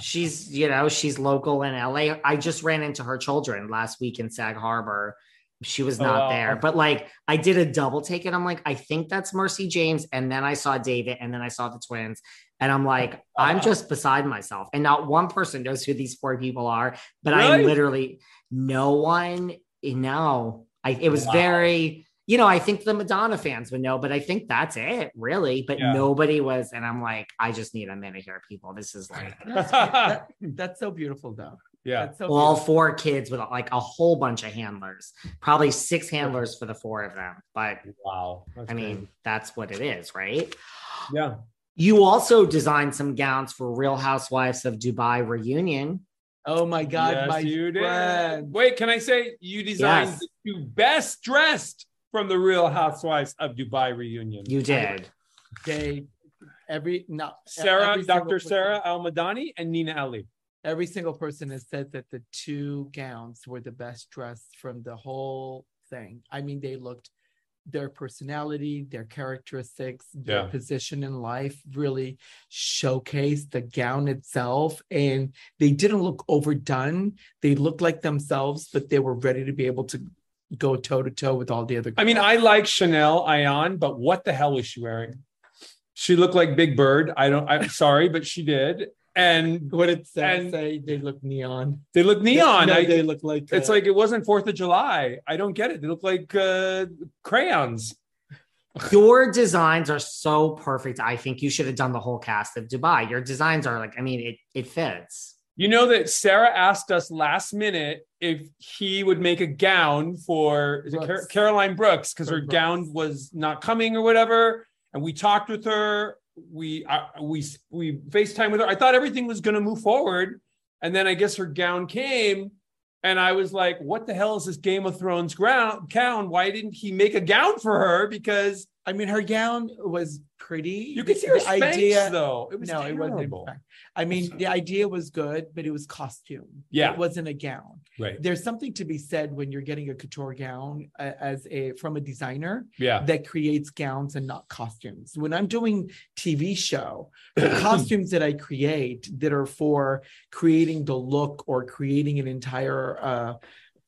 S2: she's you know she's local in LA. I just ran into her children last week in Sag Harbor. She was
S5: Oh,
S2: not
S5: wow.
S2: there, but like I did a double take, and I'm like, I think that's Mercy James, and then I saw David, and then I saw the twins, and I'm like,
S5: Oh,
S2: I'm just beside myself, and not one person knows who these four people are, but I
S5: Really?
S2: literally no one no. I it was
S5: Wow.
S2: very you know I think the Madonna fans would know, but I think that's it really. But
S5: Yeah.
S2: nobody was, and I'm like, I just need a minute here, people. This is like
S3: That's, that- that's so beautiful, though.
S5: Yeah.
S3: That's so
S2: all
S3: beautiful.
S2: four kids with like a whole bunch of handlers, probably six handlers for the four of them. But
S5: wow. That's
S2: I mean,
S5: crazy.
S2: that's what it is, right?
S5: yeah.
S2: You also designed some gowns for Real Housewives of Dubai reunion.
S3: Oh my God,
S5: Yes,
S3: my
S5: you did.
S3: friend.
S5: Wait, can I say you designed
S2: Yes.
S5: the two best dressed from the Real Housewives of Dubai reunion?
S2: You did.
S3: They every not
S5: Sarah,
S3: every single
S5: Dr.
S3: person-
S5: Sarah Al Madani, and Nina Ali.
S3: Every single person has said that the two gowns were the best dressed from the whole thing. I mean, they looked their personality, their characteristics, their
S5: Yeah.
S3: position in life really showcased the gown itself. And they didn't look overdone. They looked like themselves, but they were ready to be able to go toe to toe with all the other.
S5: I mean, I like Chanel Ion, but what the hell was she wearing? She looked like Big Bird. I don't. I'm sorry, but she did. And
S3: what did Sarah
S5: and-
S3: say? They look neon.
S5: they look neon.
S3: No,
S5: I-
S3: they look like
S5: it's
S3: uh,
S5: like it wasn't Fourth of July. I don't get it. They look like uh, crayons.
S2: Your designs are so perfect. I think you should have done the whole cast of Dubai. Your designs are like, I mean, it it fits.
S5: You know that Sarah asked us last minute if he would make a gown for is it Car-
S3: Brooks.
S5: Caroline Brooks because
S3: For
S5: her
S3: Brooks.
S5: gown was not coming or whatever. And we talked with her. We I, we we Facetime with her. I thought everything was going to move forward, and then I guess her gown came, and I was like, "What the hell is this Game of Thrones ground gown? Why didn't he make a gown for her? Because
S3: I mean, her gown was pretty.
S5: you could see her
S3: The
S5: face though. It was
S3: no, it wasn't.
S5: terrible.
S3: in fact. I mean, the idea was good, but it was costume.
S5: Yeah.
S3: it wasn't a gown.
S5: right.
S3: There's something to be said when you're getting a couture gown uh, as a from a designer
S5: Yeah.
S3: that creates gowns and not costumes. When I'm doing TV show, the costumes that I create that are for creating the look or creating an entire uh,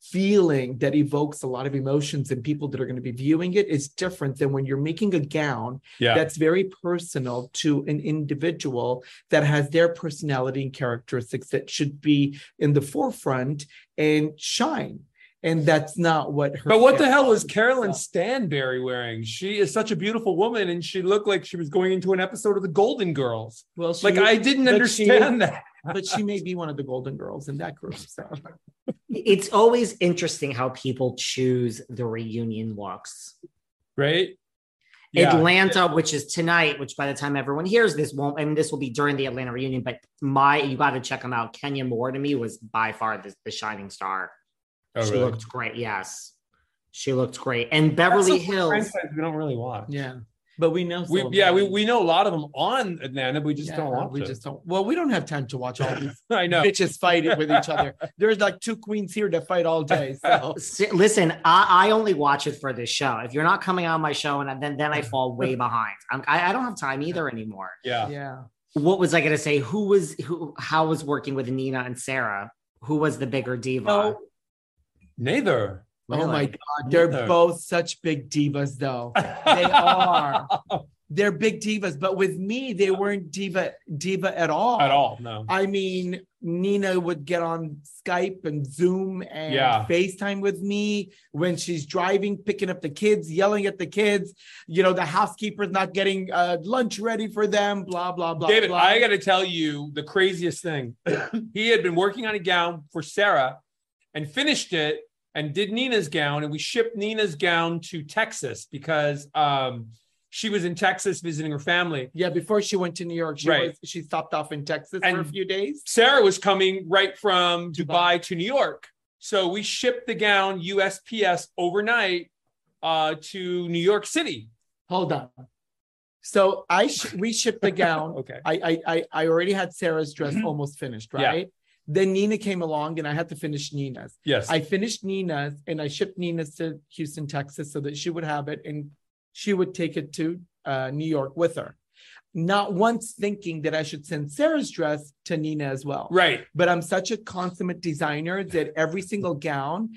S3: feeling that evokes a lot of emotions in people that are going to be viewing it is different than when you're making a gown
S5: Yeah.
S3: that's very personal to an individual that has their personality and characteristics that should be in the forefront and shine. And that's not what her.
S5: But what the
S3: gown
S5: hell was
S3: is.
S5: Carolyn Stanberry wearing? She is such a beautiful woman, and she looked like she was going into an episode of The Golden Girls.
S3: Well, she,
S5: Like I didn't
S3: but she-
S5: understand that.
S3: but she may be one of the golden girls in that group. So
S2: It's always interesting how people choose the reunion looks.
S5: Right? Yeah.
S2: Atlanta, which is tonight, which by the time everyone hears this won't, and this will be during the Atlanta reunion, but my, you got to check them out. Kenya Moore to me was by far the, the shining star.
S5: Oh,
S2: she
S5: really?
S2: looked great. Yes. She looked great. And
S5: That's
S2: Beverly
S5: the
S2: Hills.
S5: franchise we don't really watch.
S3: yeah, But we know.
S5: We, yeah, we, we know a lot of them on Atlanta, but we just don't want
S3: we
S5: to.
S3: just don't. Well, we don't have time to watch all these
S5: I know.
S3: bitches fight with each other. There's like two queens here that fight all day. So
S2: S- Listen, I, I only watch it for this show. If you're not coming on my show, and then then I fall way behind. I'm, I, I don't have time either anymore.
S5: Yeah.
S3: Yeah.
S2: What was I going to say? Who was who? How was working with Nina and Sarah? Who was the bigger diva?
S3: No.
S5: Neither.
S3: Oh my
S2: Really?
S3: God. They're
S5: Neither.
S3: both such big divas, though. They are. They're big divas. But with me, they weren't diva diva at all.
S5: At all. No.
S3: I mean, Nina would get on Skype and Zoom and
S5: Yeah.
S3: FaceTime with me when she's driving, picking up the kids, yelling at the kids. You know, the housekeeper's not getting uh, lunch ready for them, blah, blah, blah.
S5: David,
S3: blah.
S5: I got to tell you the craziest thing. he had been working on a gown for Sarah and finished it and did Nina's gown. And we shipped Nina's gown to Texas because um, she was in Texas visiting her family.
S3: Yeah, before she went to New York, she,
S5: Right.
S3: was, she stopped off in Texas for a
S5: And-
S3: few days.
S5: Sarah was coming right from Dubai to New York. So we shipped the gown USPS overnight uh, to New York City.
S3: Hold on. So I sh- we shipped the gown.
S5: Okay. Mm-hmm.
S3: I, I I I already had Sarah's dress almost finished,
S5: Yeah.
S3: right? Then Nina came along, and I had to finish Nina's.
S5: Yes.
S3: I finished Nina's, and I shipped Nina's to Houston, Texas, so that she would have it, and she would take it to uh, New York with her. Not once thinking that I should send Sarah's dress to Nina as well.
S5: Right.
S3: But I'm such a consummate designer that every single gown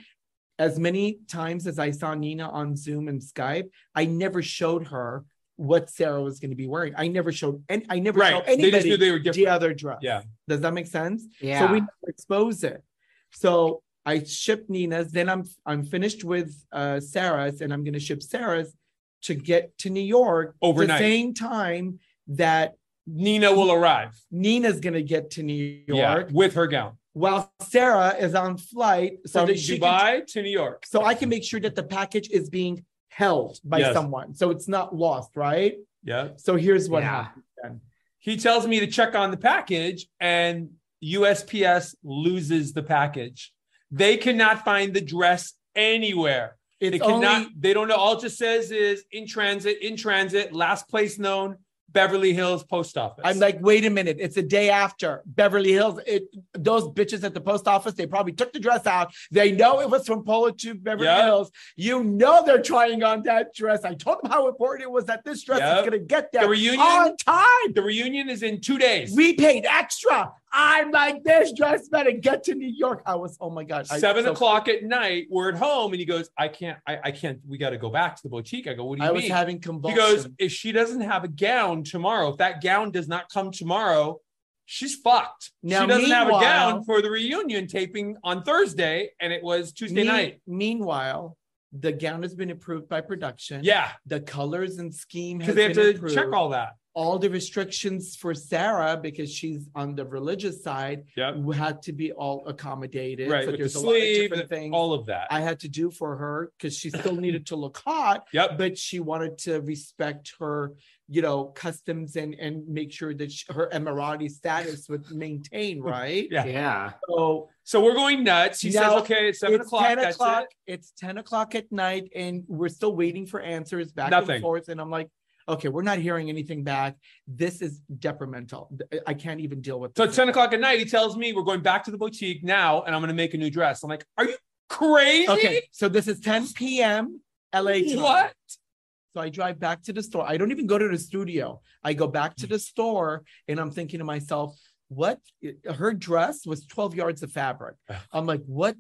S3: as many times as I saw Nina on Zoom and Skype, I never showed her what Sarah was going to be wearing. I never showed and I never
S5: Right.
S3: showed
S5: They just
S3: anybody
S5: knew they were different.
S3: the other dress.
S5: Yeah.
S3: Does that make sense? So
S2: Yeah.
S3: we never expose it. So I ship Nina's, then I'm I'm finished with uh Sarah's and I'm gonna ship Sarah's to get to New York
S5: Overnight.
S3: the same time that
S5: Nina will arrive.
S3: Nina's gonna get to New
S5: Yeah,
S3: York
S5: with her gown.
S3: while Sarah is on flight so
S5: From
S3: that she can
S5: Dubai to New York.
S3: so I can make sure that the package is being held by
S5: Yes.
S3: someone, so it's not lost, right?
S5: Yeah.
S3: So here's what
S2: Yeah.
S3: happened. Then.
S5: He tells me to check on the package, and USPS loses the package. They cannot find the dress anywhere.
S3: It's
S5: they cannot.
S3: only
S5: they don't know. All it just says is in transit. In transit. Last place known: Beverly Hills Post Office.
S3: I'm like, wait a minute, it's a day after Beverly Hills. It those bitches at the post office, they probably took the dress out. They know it was from Poland to Beverly
S5: Yeah.
S3: Hills. You know they're trying on that dress. I told them how important it was that this dress
S5: Yeah.
S3: is gonna get there
S5: The reunion-
S3: on time.
S5: the reunion is in two days.
S3: We paid extra. I'm like, this dress better get to New York. I was, oh my God. I-
S5: Seven
S3: so-
S5: o'clock at night. We're at home, and he goes, "I can't. I, I can't. We got to go back to the boutique." I go, "What do you
S3: I
S5: mean?"
S3: was having
S5: He
S3: convulsions.
S5: goes, if she doesn't have a gown tomorrow, if that gown does not come tomorrow, she's fucked.
S3: Now,
S5: she doesn't have a
S3: meanwhile-
S5: gown for the reunion taping on Thursday, and it was Tuesday
S3: Mean-
S5: night.
S3: Meanwhile, the gown has been approved by production.
S5: Yeah,
S3: The colors and scheme has
S5: because they have
S3: been
S5: to
S3: approved.
S5: check all that.
S3: All the restrictions for Sarah because she's on the religious side
S5: Yeah,
S3: had to be all accommodated.
S5: right.
S3: So
S5: with the
S3: there's a lot of
S5: sleeve,
S3: different things
S5: all of that.
S3: I had to do for her because she still needed to look hot,
S5: yep.
S3: but she wanted to respect her, you know, customs and and make sure that she, her Emirati status was maintained, right?
S5: Yeah.
S2: yeah.
S3: So
S5: So we're going nuts. He
S3: Now,
S5: says, okay, it's seven
S3: it's
S5: o'clock.
S3: 10
S5: That's
S3: o'clock.
S5: it.
S3: It's 10 o'clock at night, and we're still waiting for answers back
S5: Nothing.
S3: and forth. And I'm like, okay, we're not hearing anything back. This is detrimental. Th- I can't even deal with
S5: So
S3: this.
S5: at 10 o'clock at night, he tells me we're going back to the boutique now, and I'm going to make a new dress. I'm like, are you crazy?
S3: Okay, so this is 10 p.m. LA time.
S5: What?
S3: So I drive back to the store. I don't even go to the studio. I go back
S5: Mm.
S3: to the store and I'm thinking to myself, what her dress was 12 yards of fabric. I'm like, what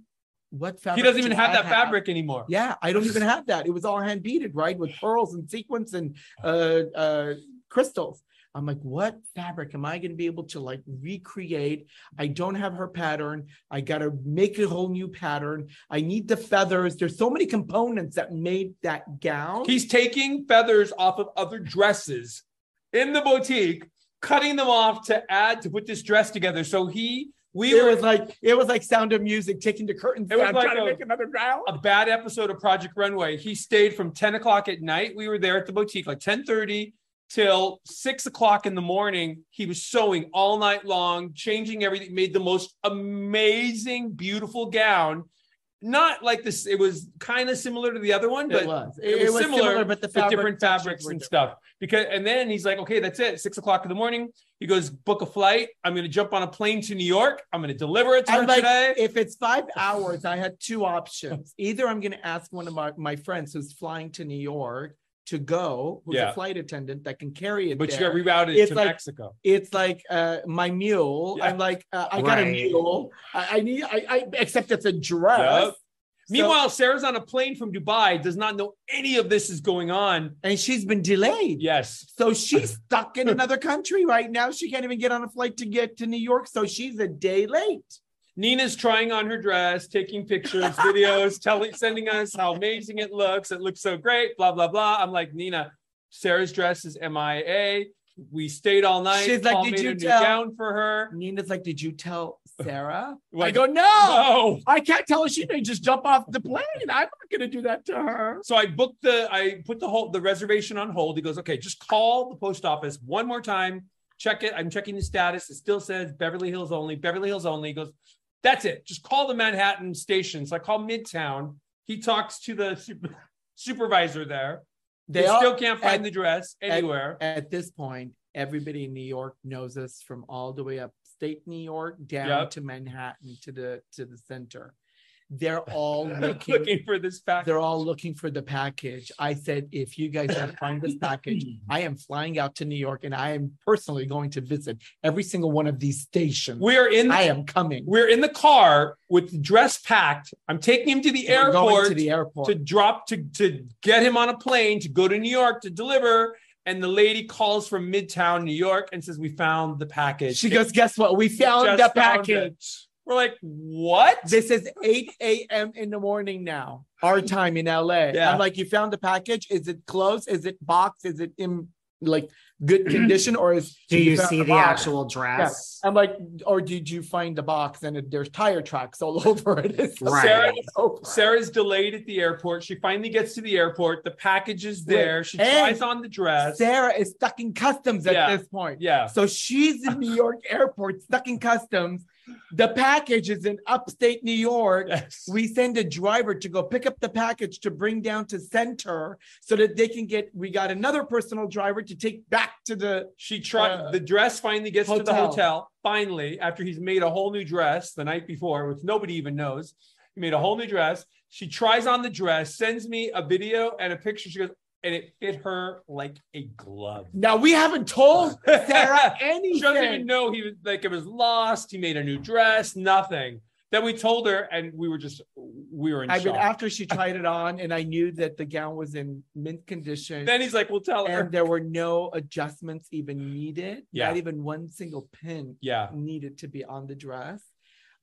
S3: what fabric?
S5: He doesn't
S3: do
S5: even
S3: I
S5: have that fabric anymore.
S3: Yeah, I don't even have that. It was all hand beaded, right? With pearls and sequins and uh, uh, crystals. I'm like, what fabric am I going to be able to like recreate? I don't have her pattern. I got to make a whole new pattern. I need the feathers. There's so many components that made that gown.
S5: He's taking feathers off of other dresses in the boutique, cutting them off to add to put this dress together. So he, we
S3: it
S5: were
S3: was like it was like Sound of Music taking the curtains
S5: It was
S3: down,
S5: like
S3: trying
S5: a-
S3: to make another gown.
S5: a bad episode of Project Runway. He stayed from 10 o'clock at night. We were there at the boutique like 10:30 till six o'clock in the morning. He was sewing all night long, changing everything, made the most amazing, beautiful gown. not like this. It was kind of similar to the other one,
S3: It
S5: but
S3: was. It- it was similar, but the fabric
S5: different
S3: textures
S5: fabrics
S3: were
S5: and stuff. Because and then he's like, okay, that's it. Six o'clock in the morning. He goes, book a flight. I'm going to jump on a plane to New York. I'm going to deliver it to her
S3: And like,
S5: today.
S3: if it's five hours, I had two options. Either I'm going to ask one of my, my friends who's flying to New York to go, who's
S5: Yeah.
S3: a flight attendant that can carry it.
S5: But you
S3: there.
S5: got rerouted
S3: It's
S5: to
S3: like-
S5: Mexico.
S3: It's like uh, my mule. I'm like, uh, I got a
S5: Right.
S3: mule. I, I need, I, I except it's a dress.
S5: Yep. Meanwhile, Sarah's on a plane from Dubai, does not know any of this is going on.
S3: And she's been delayed.
S5: Yes.
S3: So she's stuck in another country right now. She can't even get on a flight to get to New York. So she's a day late.
S5: Nina's trying on her dress, taking pictures, videos, telling, sending us how amazing it looks. It looks so great, blah, blah, blah. I'm like, Nina, Sarah's dress is MIA. We stayed all night.
S3: She's like,
S5: Paul
S3: did
S5: made
S3: you
S5: a new
S3: tell?
S5: gown for her.
S3: Nina's like, did you tell Sarah?
S5: What?
S3: I go, no,
S5: No.
S3: I can't tell her. She may just jump off the plane. I'm not going to do that to her.
S5: So I booked the, I put the whole the reservation on hold. He goes, okay, just call the post office one more time, check it. I'm checking the status. It still says Beverly Hills only. Beverly Hills only. He goes, that's it. Just call the Manhattan station. So I call Midtown. He talks to the super, supervisor there. They
S3: all-
S5: still can't find
S3: at-
S5: the dress
S3: at-
S5: anywhere.
S3: At, this point, everybody in New York knows us from all the way upstate New York down
S5: Yep.
S3: to Manhattan to the to the center. They're all looking,
S5: Looking for this package.
S3: They're all looking for the package. I said, if you guys don't find this package,
S6: Hmm.
S3: I am flying out to New York and I am personally going to visit every single one of these stations.
S5: We are in.
S3: I am coming.
S5: We're in the car with the dress packed. I'm taking him to the
S3: We're
S5: airport.
S3: going to the airport.
S5: to drop to to get him on a plane to go to New York to deliver. And the lady calls from Midtown, New York, and says, "We found the package."
S3: She goes, guess what? We found
S5: Just
S3: the
S5: found it.
S3: package.
S5: We're like, what?
S3: This is 8 a.m. in the morning now, our time in LA.
S5: Yeah.
S3: I'm like, you found the package. Is it closed? Is it boxed? Is it in like good condition? Or is
S2: Do you
S3: found
S2: see the
S3: box?
S2: actual dress?
S3: Yeah. I'm like, or did you find the box and it, there's tire tracks all over it? It's
S2: Right.
S5: Sarah, Sarah's delayed at the airport. She finally gets to the airport. The package is there. She
S3: And
S5: tries on the dress.
S3: Sarah is stuck in customs at
S5: Yeah.
S3: this point.
S5: Yeah.
S3: So she's in New York airport, stuck in customs. The package is in upstate New York. We send a driver to go pick up the package to bring down to center so that they can get, we got another personal driver to take back to the.
S5: She tried
S3: Uh,
S5: the dress finally gets to the
S3: hotel.
S5: hotel. Finally, after he's made a whole new dress the night before, which nobody even knows. He made a whole new dress. She tries on the dress, sends me a video and a picture. She goes, and it fit her like a glove.
S3: Now we haven't told Sarah
S5: She doesn't even
S3: anything.
S5: know he was like it was lost. He made a new dress, nothing. Then we told her, and we were just we were in
S3: I mean,
S5: shock.
S3: after she tried it on and I knew that the gown was in mint condition.
S5: then he's like, "We'll tell her."
S3: and there were no adjustments even needed.
S5: Yeah.
S3: Not even one single pin
S5: Yeah.
S3: needed to be on the dress.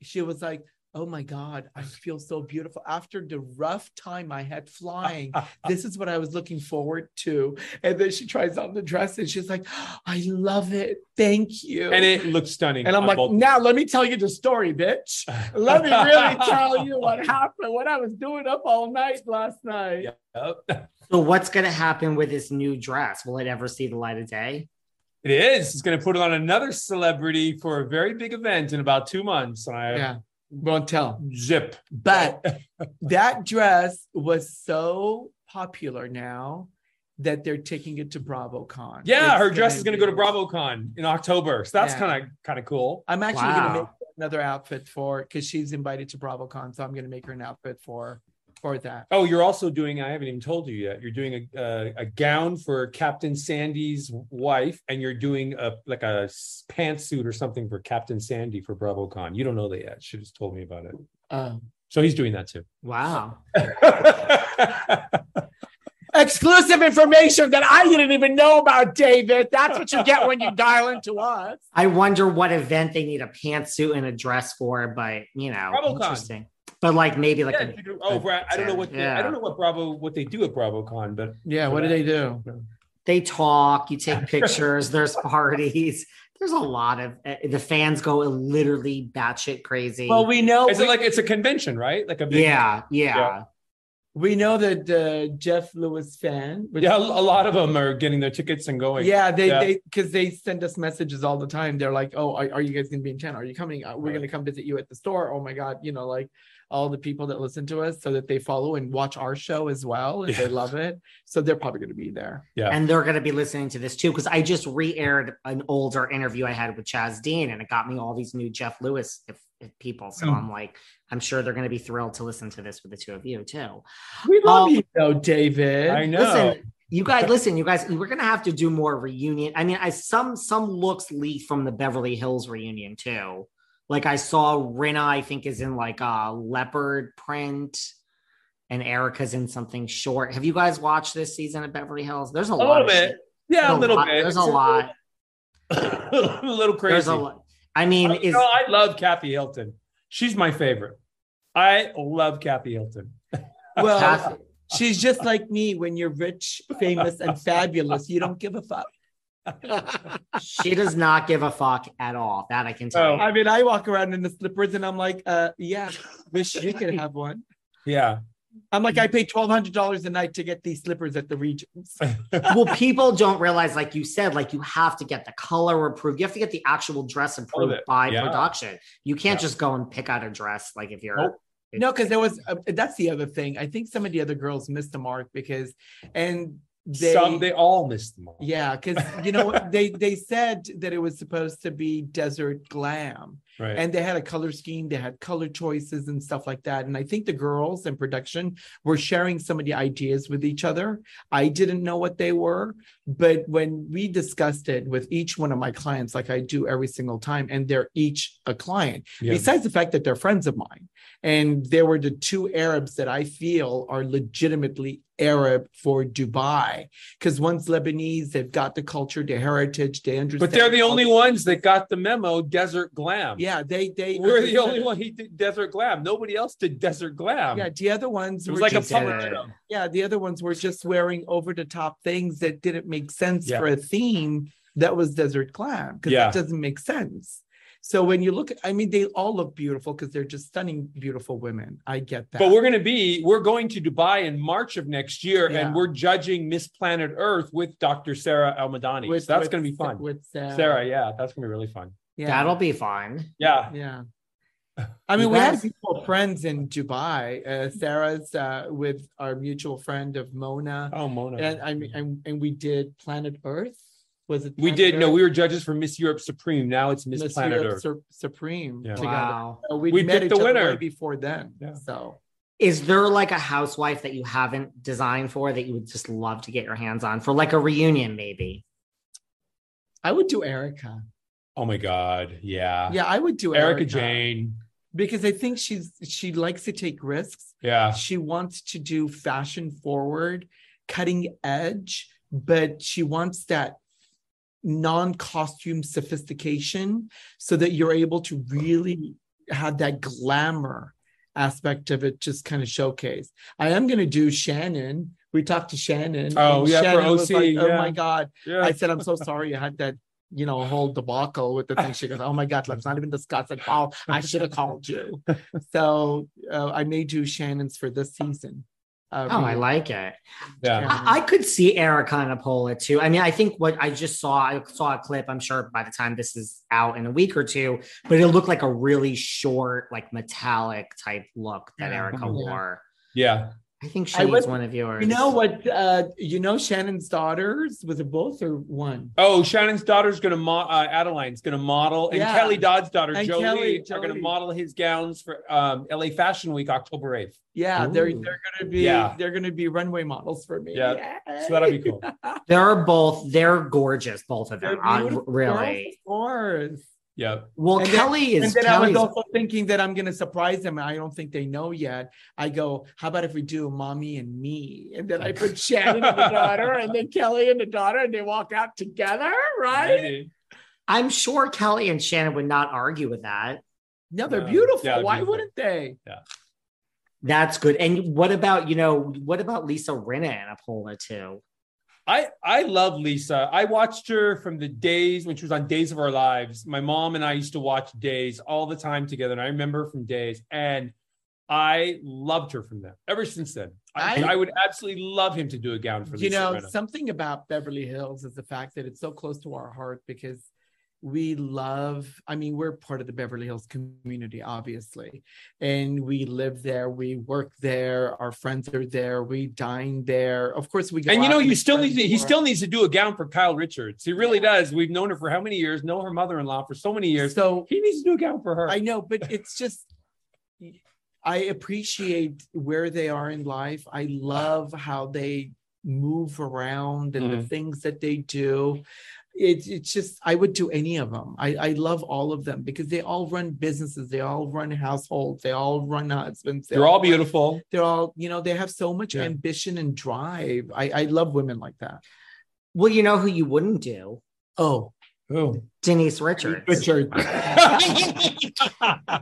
S3: She was like, Oh my God, I feel so beautiful. After the rough time I had flying, this is what I was looking forward to. And then she tries on the dress and she's like, I love it. Thank you.
S5: and it looked stunning.
S3: And I'm
S5: on
S3: like,
S5: both-
S3: now let me tell you the story, bitch. Let me really tell you what happened, what I was doing up all night last night.
S5: Yep.
S2: So what's going to happen with this new dress? Will it ever see the light of day?
S5: It is. He's going to put it on another celebrity for a very big event in about two months. And I
S3: Yeah. Won't tell.
S5: zip.
S3: But that dress was so popular now that they're taking it to BravoCon.
S5: Yeah,
S3: It's
S5: her dress is going to go to
S3: be-
S5: BravoCon in October. So that's
S3: Yeah.
S5: kind of kind of cool.
S3: I'm actually
S2: Wow.
S3: going to make another outfit for because she's invited to BravoCon, so I'm going to make her an outfit for for that.
S5: Oh, you're also doing. I haven't even told you yet. You're doing a a, a gown for Captain Sandy's wife, and you're doing a like a s- pantsuit or something for Captain Sandy for BravoCon. You don't know that yet. She just told me about it.
S3: Um,
S5: So he's doing that too.
S2: Wow.
S3: Exclusive information that I didn't even know about, David. That's what you get when you dial into us.
S2: I wonder what event they need a pantsuit and a dress for, but you know,
S5: BravoCon.
S2: interesting. But like maybe like
S5: yeah,
S2: a,
S5: you do- oh, right. I don't know what the- I
S2: Yeah.
S5: don't know what Bravo what they do at BravoCon, but
S3: Yeah, what do they do?
S2: they talk, you take pictures, there's parties. There's a lot of eh, the fans go literally batshit crazy.
S3: Well, we know
S5: Is it like it's a convention, right? Like a big,
S2: yeah, yeah,
S5: Yeah.
S3: we know that uh, Jeff Lewis fan, which
S5: yeah. A lot of them are getting their tickets and going.
S3: yeah, they
S5: Yeah.
S3: they because they send us messages all the time. They're like, "Oh, are, are you guys gonna be in town? Are you coming? Uh, We're gonna come visit you at the store. Oh my god, you know, like all the people that listen to us so that they follow and watch our show as well if they love it. So they're probably going to be there.
S5: Yeah.
S2: And they're going to be listening to this too, because I just re aired an older interview I had with Chaz Dean and it got me all these new Jeff Lewis if, if people. So
S5: Hmm.
S3: Mm.
S2: I'm like, I'm sure they're going to be thrilled to listen to this with the two of you too.
S3: We love
S2: Um,
S3: you though, David.
S2: Listen, you guys, listen, you guys, we're gonna have to do more reunion. I mean, I some some looks leaked from the Beverly Hills reunion too. Like I saw Rinna, I think, is in like a leopard print, and Erica's in something short. Have you guys watched this season of Beverly Hills? There's a,
S5: A
S2: lot
S5: little
S2: of shit.
S5: bit. Yeah, a
S2: There's
S5: little
S2: lot-
S5: bit.
S2: There's a
S5: It's a a
S2: lot.
S5: little crazy.
S2: There's a lot. I mean,
S5: you know, I love Kathy Hilton. She's my favorite. I love Kathy Hilton.
S3: Well, she's just like me when you're rich, famous, and fabulous. You don't give a fuck.
S2: She does not give a fuck at all. That I can tell
S5: Oh.
S2: you.
S3: I mean, I walk around in the slippers and I'm like, uh, yeah, wish you could have one.
S5: Yeah.
S3: I'm like, I pay twelve hundred dollars a night to get these slippers at the Regents.
S2: well, people don't realize, like you said, like you have to get the color approved. You have to get the actual dress approved
S3: it.
S2: by
S3: Yeah.
S2: production. You can't just go and pick out a dress. Like if you're,
S3: Nope. No, because there was uh, that's the other thing. I think some of the other girls missed the mark because, and they
S5: Some they all missed them.
S3: yeah, because you know they they said that it was supposed to be desert glam,
S5: Right.
S3: and they had a color scheme, they had color choices and stuff like that. And I think the girls in production were sharing some of the ideas with each other. I didn't know what they were, but when we discussed it with each one of my clients, like I do every single time, and they're each a client,
S5: Yeah.
S3: besides the fact that they're friends of mine. And there were the two Arabs that I feel are legitimately Arab for Dubai, because one's Lebanese, they've got the culture, the heritage, they understand.
S5: But they're the
S3: culture.
S5: only ones that got the memo. Desert glam.
S3: Yeah, they they
S5: We're the only one he did desert glam. Nobody else did desert glam.
S3: Yeah, the other ones
S5: It was
S3: were
S5: like a
S3: just-
S5: puppet show.
S3: Yeah, the other ones were just wearing over the top things that didn't make sense
S5: Yeah.
S3: for a theme that was desert glam because
S5: Yeah.
S3: that doesn't make sense. So when you look, at, I mean, they all look beautiful because they're just stunning, beautiful women. I get that.
S5: But we're going to be we're going to Dubai in March of next year,
S3: Yeah.
S5: and we're judging Miss Planet Earth with Dr. Sarah Almadani.
S3: With-
S5: so that's
S3: with
S5: going to be
S3: Sa-
S5: fun.
S3: with Sarah.
S5: Sarah, yeah, that's going to be really fun.
S3: Yeah.
S2: that'll be fun.
S5: Yeah.
S3: Yeah. I mean,
S2: You
S3: we had
S2: guys-
S3: mutual friends in Dubai. Uh, Sarah's uh, with our mutual friend of Mona.
S5: Oh, Mona.
S3: And I mean, and, and we did Planet Earth. Was it?
S5: We
S3: Planet
S5: did no,
S3: Earth?
S5: we were judges for Miss Europe Supreme. Now it's Miss,
S3: Miss
S5: Planet
S3: Europe
S5: Earth.
S3: Sur- Supreme
S5: Yeah.
S3: together.
S2: Wow.
S3: So we'd
S5: We
S3: met
S5: picked
S3: each
S5: the
S3: other
S5: winner.
S3: way before then. So
S2: Is there like a housewife that you haven't designed for that you would just love to get your hands on for like a reunion, maybe?
S3: I would do Erica.
S5: oh my God. Yeah.
S3: Yeah, I would do
S5: Erica
S3: Erica,
S5: Jane.
S3: because I think she's she likes to take risks.
S5: Yeah.
S3: She wants to do fashion forward, cutting edge, but she wants that non-costume sophistication so that you're able to really have that glamour aspect of it just kind of showcase. I am going to do Shannon. We talked to Shannon.
S5: Oh,
S3: and
S5: yeah, for
S3: Shannon was
S5: OC,
S3: like, oh
S5: yeah.
S3: my god.
S5: Yeah.
S3: I said I'm so sorry you had that, you know, whole debacle with the thing. She goes, oh my god, let's not even discuss it. Oh, I should have called you. So uh, I may do Shannon's for this season. Uh,
S2: Oh, I
S3: reunion.
S2: like it.
S5: Yeah.
S3: Uh,
S2: I, I could see Erica and Apola too. I mean, I think what I just saw, I saw a clip. I'm sure by the time this is out in a week or two, but it looked like a really short, like metallic type look that
S3: Yeah.
S2: Erica
S3: Yeah.
S2: wore.
S5: Yeah.
S2: I think she
S3: I
S2: was
S3: would-
S2: one of yours.
S3: You know what? Uh, you know Shannon's daughters was it both or one?
S5: Oh, Shannon's daughter's gonna mo- uh, Adeline's gonna model, and
S3: Yeah.
S5: Kelly Dodd's daughter
S3: And
S5: Jolie,
S3: Kelly,
S5: are gonna
S3: Jolie.
S5: model his gowns for um, LA Fashion Week, October eighth.
S3: Yeah, they're
S2: Ooh.
S3: they're gonna be
S5: Yeah.
S3: they're gonna be runway models for me.
S5: Yeah.
S3: Yay.
S5: So that'll be cool.
S2: They're both, they're gorgeous, both of them.
S3: They're
S2: I-
S3: beautiful
S2: really.
S3: girls, of course.
S5: Yeah.
S2: Well,
S3: And then-
S2: Kelly
S3: And
S2: is
S3: then I was
S2: Kelly's.
S3: also thinking that I'm going to surprise them. I don't think they know yet. I go, how about if we do mommy and me? And then I put Shannon and the daughter, and then Kelly and the daughter, and they walk out together, right?
S5: Maybe.
S2: I'm sure Kelly and Shannon would not argue with that.
S3: No, they're
S5: Yeah.
S3: beautiful.
S5: Yeah,
S3: Why
S5: beautiful.
S3: wouldn't they?
S2: That's good. And what about, you know, what about Lisa Rinna and Apola too?
S5: I I love Lisa. I watched her from the days when she was on Days of Our Lives. My mom and I used to watch Days all the time together, and I remember her from Days, and I loved her from then. Ever since then, I,
S3: I-
S5: I would absolutely love him to do a gown for
S3: You
S5: Lisa
S3: know,
S5: Rinna.
S3: something about Beverly Hills is the fact that it's so close to our heart because we love i mean we're part of the beverly hills community obviously and we live there we work there our friends are there we dine there of course we
S5: and you know you still need to, he still needs to do a gown for kyle richards he really does we've known her for how many years know her mother-in-law for so many years so he needs to do a gown for her
S3: i know but it's just i appreciate where they are in life i love how they move around and mm.
S5: Mm-hmm.
S3: the things that they do it, it's just i would do any of them I, I love all of them because they all run businesses they all run households they all run husbands
S5: they're, they're all beautiful
S3: they're all you know they have so much yeah. ambition and drive I, I love women like that
S2: well you know who you wouldn't do
S3: oh
S5: who?
S2: Denise Richards.
S3: Richards.
S2: the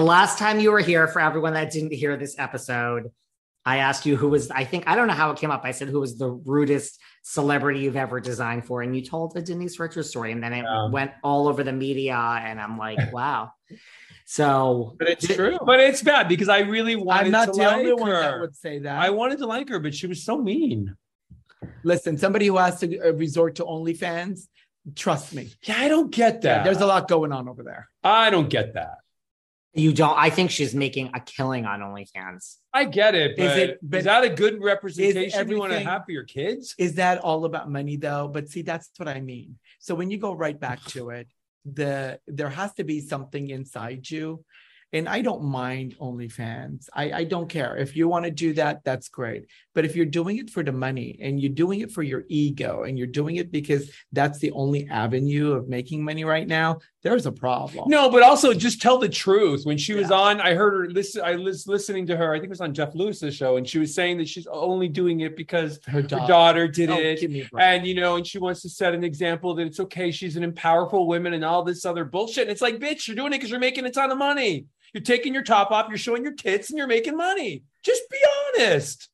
S2: last time you were here, for everyone that didn't hear this episode, I asked you who was, I think, I don't know how it came up. I said, who was the rudest celebrity you've ever designed for? And you told a Denise Richards story. And then it um, went all over the media. And I'm like, wow. So,
S5: but it's true. But it's bad because I really wanted I'm not to like her.
S3: would say that.
S5: I wanted to like her, but she was so mean.
S3: Listen, somebody who has to uh, resort to OnlyFans, trust me.
S5: Yeah, I don't get that. Yeah,
S3: there's a lot going on over there.
S5: I don't get that.
S2: You don't. I think she's making a killing on OnlyFans.
S5: I get it, but is, it, but is that a good representation you want to have for your kids?
S3: Is that all about money though? But see, that's what I mean. So when you go right back to it, the there has to be something inside you. And I don't mind OnlyFans. I, I don't care. If you want to do that, that's great. But if you're doing it for the money and you're doing it for your ego and you're doing it because that's the only avenue of making money right now, there's a problem.
S5: No, but also just tell the truth. When she was yeah. on, I heard her listen. I was listening to her. I think it was on Jeff Lewis's show, and she was saying that she's only doing it because her daughter, her daughter did oh, it, and you know, and she wants to set an example that it's okay. She's an empowerful woman, and all this other bullshit. And it's like, bitch, you're doing it because you're making a ton of money. You're taking your top off, you're showing your tits, and you're making money. Just be honest.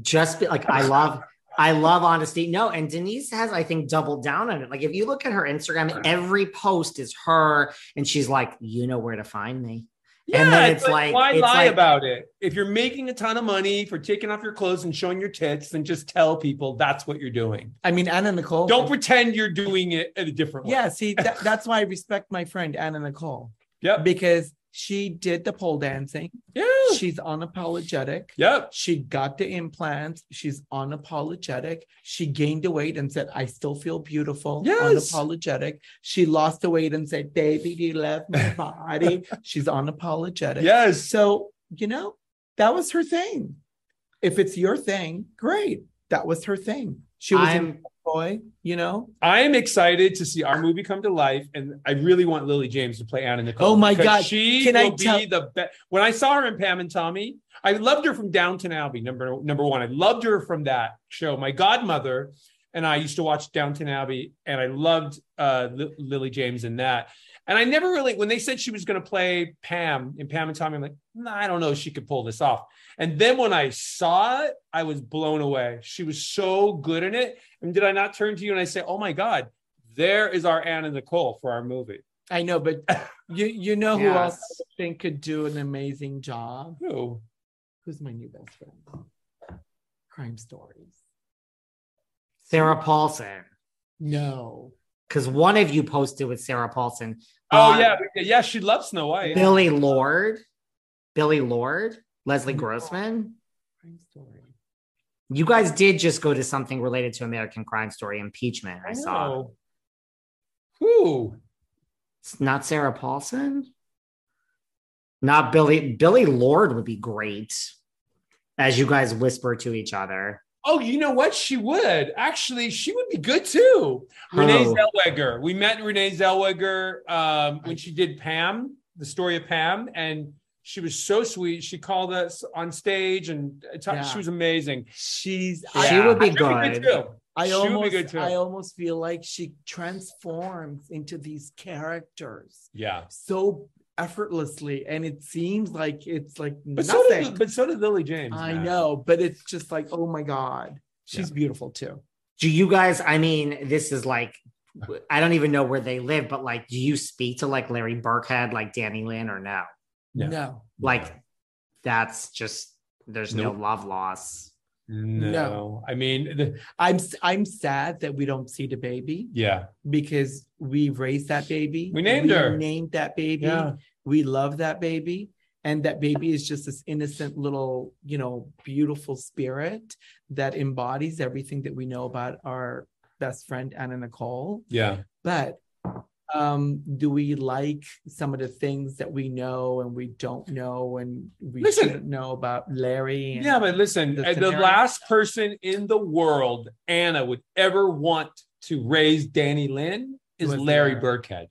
S2: Just be like, I love, I love honesty. No, and Denise has, I think, doubled down on it. Like, if you look at her Instagram, every post is her, and she's like, you know where to find me.
S5: Yeah, and then it's, it's like, like, why lie like, about it? If you're making a ton of money for taking off your clothes and showing your tits, then just tell people that's what you're doing.
S3: I mean, Anna Nicole.
S5: Don't pretend you're doing it in a different way.
S3: Yeah, see, that, that's why I respect my friend Anna Nicole.
S5: Yeah.
S3: Because she did the pole dancing.
S5: Yeah.
S3: She's unapologetic.
S5: Yep.
S3: She got the implants. She's unapologetic. She gained the weight and said, I still feel beautiful.
S5: Yes.
S3: Unapologetic. She lost the weight and said, Baby, do you love my body? She's unapologetic.
S5: Yes.
S3: So, you know, that was her thing. If it's your thing, great. That was her thing. She was
S2: I'm-
S3: boy, you know.
S5: I am excited to see our movie come to life, and I really want Lily James to play Anna Nicole.
S3: Oh my god,
S5: she Can will I tell- be the best. When I saw her in Pam and Tommy, I loved her from Downton Abbey. Number number one, I loved her from that show. My godmother and I used to watch Downton Abbey, and I loved uh, L- Lily James in that. And I never really, when they said she was going to play Pam in Pam and Tommy, I'm like, nah, I don't know if she could pull this off. And then when I saw it, I was blown away. She was so good in it. And did I not turn to you and I say, oh my God, there is our Anna Nicole for our movie?
S3: I know, but you you know who yes. else I think could do an amazing job?
S5: Who?
S3: Who's my new best friend? Crime Stories.
S2: Sarah Paulson.
S3: No
S2: because one of you posted with Sarah Paulson.
S5: Oh um, yeah, yeah, she loves Snow White.
S2: Billy Lord, Billy Lord, Leslie Grossman. Oh, Crime Story. You guys did just go to something related to American Crime Story impeachment. I, I saw.
S5: Who?
S2: It's not Sarah Paulson. Not Billy. Billy Lord would be great, as you guys whisper to each other.
S5: Oh, you know what? She would actually. She would be good too. Who? Renee Zellweger. We met Renee Zellweger um, when she did Pam, the story of Pam, and she was so sweet. She called us on stage, and t- yeah. she was amazing.
S3: She's
S2: yeah. she would be good.
S5: Be good too.
S3: I
S5: she
S3: almost, I almost feel like she transforms into these characters.
S5: Yeah.
S3: So effortlessly and it seems like it's like
S5: but
S3: nothing.
S5: So did, but so did Lily James.
S3: I man. know, but it's just like, oh my God, she's yeah. beautiful too.
S2: Do you guys, I mean, this is like, I don't even know where they live, but like, do you speak to like Larry Burkhead, like Danny Lynn or no?
S3: No. no.
S2: Like, that's just, there's nope. no love loss.
S5: No. I mean, the,
S3: I'm s- I'm sad that we don't see the baby
S5: yeah.
S3: because we raised that baby.
S5: We named her.
S3: Named that baby.
S5: Yeah.
S3: We love that baby. And that baby is just this innocent little, you know, beautiful spirit that embodies everything that we know about our best friend Anna Nicole.
S5: Yeah.
S3: But um, do we like some of the things that we know and we don't know and we
S5: Listen.
S3: shouldn't know about Larry? And
S5: Yeah, but listen,
S3: the
S5: uh, the
S3: scenario.
S5: last person in the world Anna would ever want to raise Danny Lynn is
S3: Was
S5: Larry
S3: Larry.
S5: Burkhead.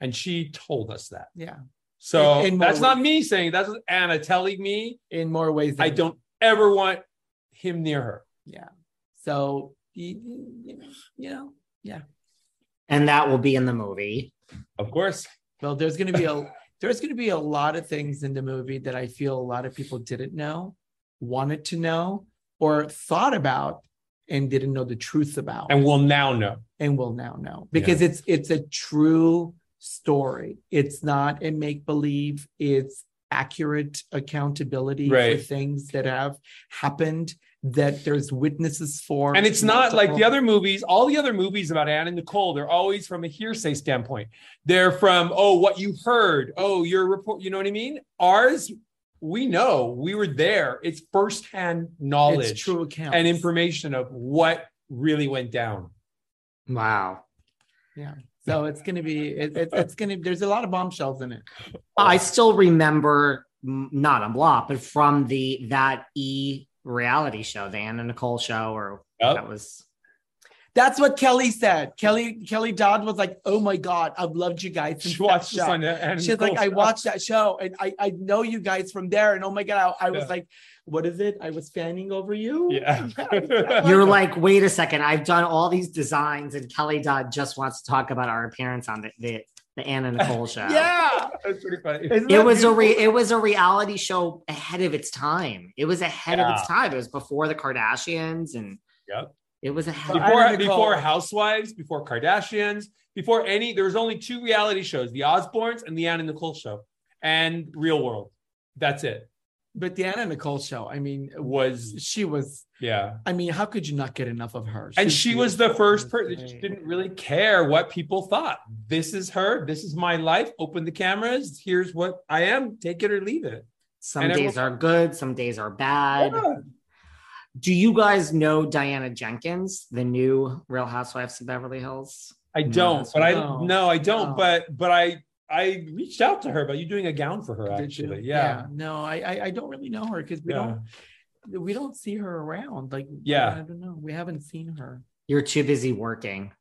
S5: And she told us that.
S3: yeah.
S5: So
S3: In- in more
S5: that's not me saying that's Anna telling me
S3: in more ways.
S5: I
S3: than-
S5: don't ever want him near her.
S3: Yeah. So you, you know, you know, yeah.
S2: And that will be in the movie.
S5: Of course.
S3: Well, there's going to be a there's going to be a lot of things in the movie that I feel a lot of people didn't know, wanted to know, or thought about, and didn't know the truth about,
S5: And we'll now know.
S3: and will now know because it's it's a true story. It's not a make believe. It's accurate accountability for
S5: Right.
S3: things that have happened that there's witnesses for
S5: And it's not like the
S3: multiple-
S5: other movies, all the other movies about Anne and Nicole, they're always from a hearsay standpoint. They're from, oh, what you heard. Oh, your report. You know what I mean? Ours, we know we were there. It's firsthand knowledge
S3: it's true account
S5: and information of what really went down.
S2: Wow.
S3: Yeah. So it's gonna be it, it, it's gonna there's a lot of bombshells in it.
S2: I still remember m- not a lot, but from the that E reality show, the Anna Nicole show, or
S5: Yep.
S2: that was
S3: That's what Kelly said. Kelly Kelly Dodd was like, "Oh my god, I've loved you guys." Since
S5: She watched
S3: that
S5: this
S3: show."
S5: on the Anne and
S3: She's like,
S5: Nicole
S3: "I
S5: show.
S3: watched that show, and I I know you guys from there." And oh my god, I, I was
S5: Yeah.
S3: like, "What is it? I was fanning over you."
S5: Yeah.
S2: you're like, wait a second, I've done all these designs, and Kelly Dodd just wants to talk about our appearance on the the, the Anna Nicole show.
S3: yeah.
S5: That's pretty funny.
S3: Isn't
S2: It
S3: that
S2: was a re-
S3: beautiful?
S2: it was a reality show ahead of its time. It was ahead of its
S5: Yeah.
S2: time. It was before the Kardashians, and
S5: Yep.
S2: it was ahead.
S3: I don't recall.
S5: Before, before Housewives, before Kardashians, before any, there was only two reality shows the Osbournes and the Anne and Nicole show and Real World. That's it.
S3: But the Anna Nicole show. I mean,
S5: Was,
S3: she was.
S5: yeah.
S3: I mean, how could you not get enough of her?
S5: and
S3: She's
S5: she was the
S3: beautiful.
S5: first person that just didn't really care what people thought. This is her. This is my life. Open the cameras. Here's what I am. Take it or leave it.
S2: Some
S5: and it
S2: days
S5: was-
S2: are good, some days are bad.
S5: Yeah.
S2: Do you guys know Diana Jenkins, the new Real Housewives of Beverly Hills?
S5: I
S2: No,
S5: don't.
S2: that's
S5: Mm. but I
S3: no.
S5: no, I don't.
S3: No.
S5: But but I I reached out to her about you doing a gown for her
S3: Did you?
S5: actually. Yeah.
S3: No, I I, I don't really know her because we
S5: Yeah.
S3: don't we don't see her around. Like,
S5: Yeah.
S3: I don't know. We haven't seen her.
S2: You're too busy working.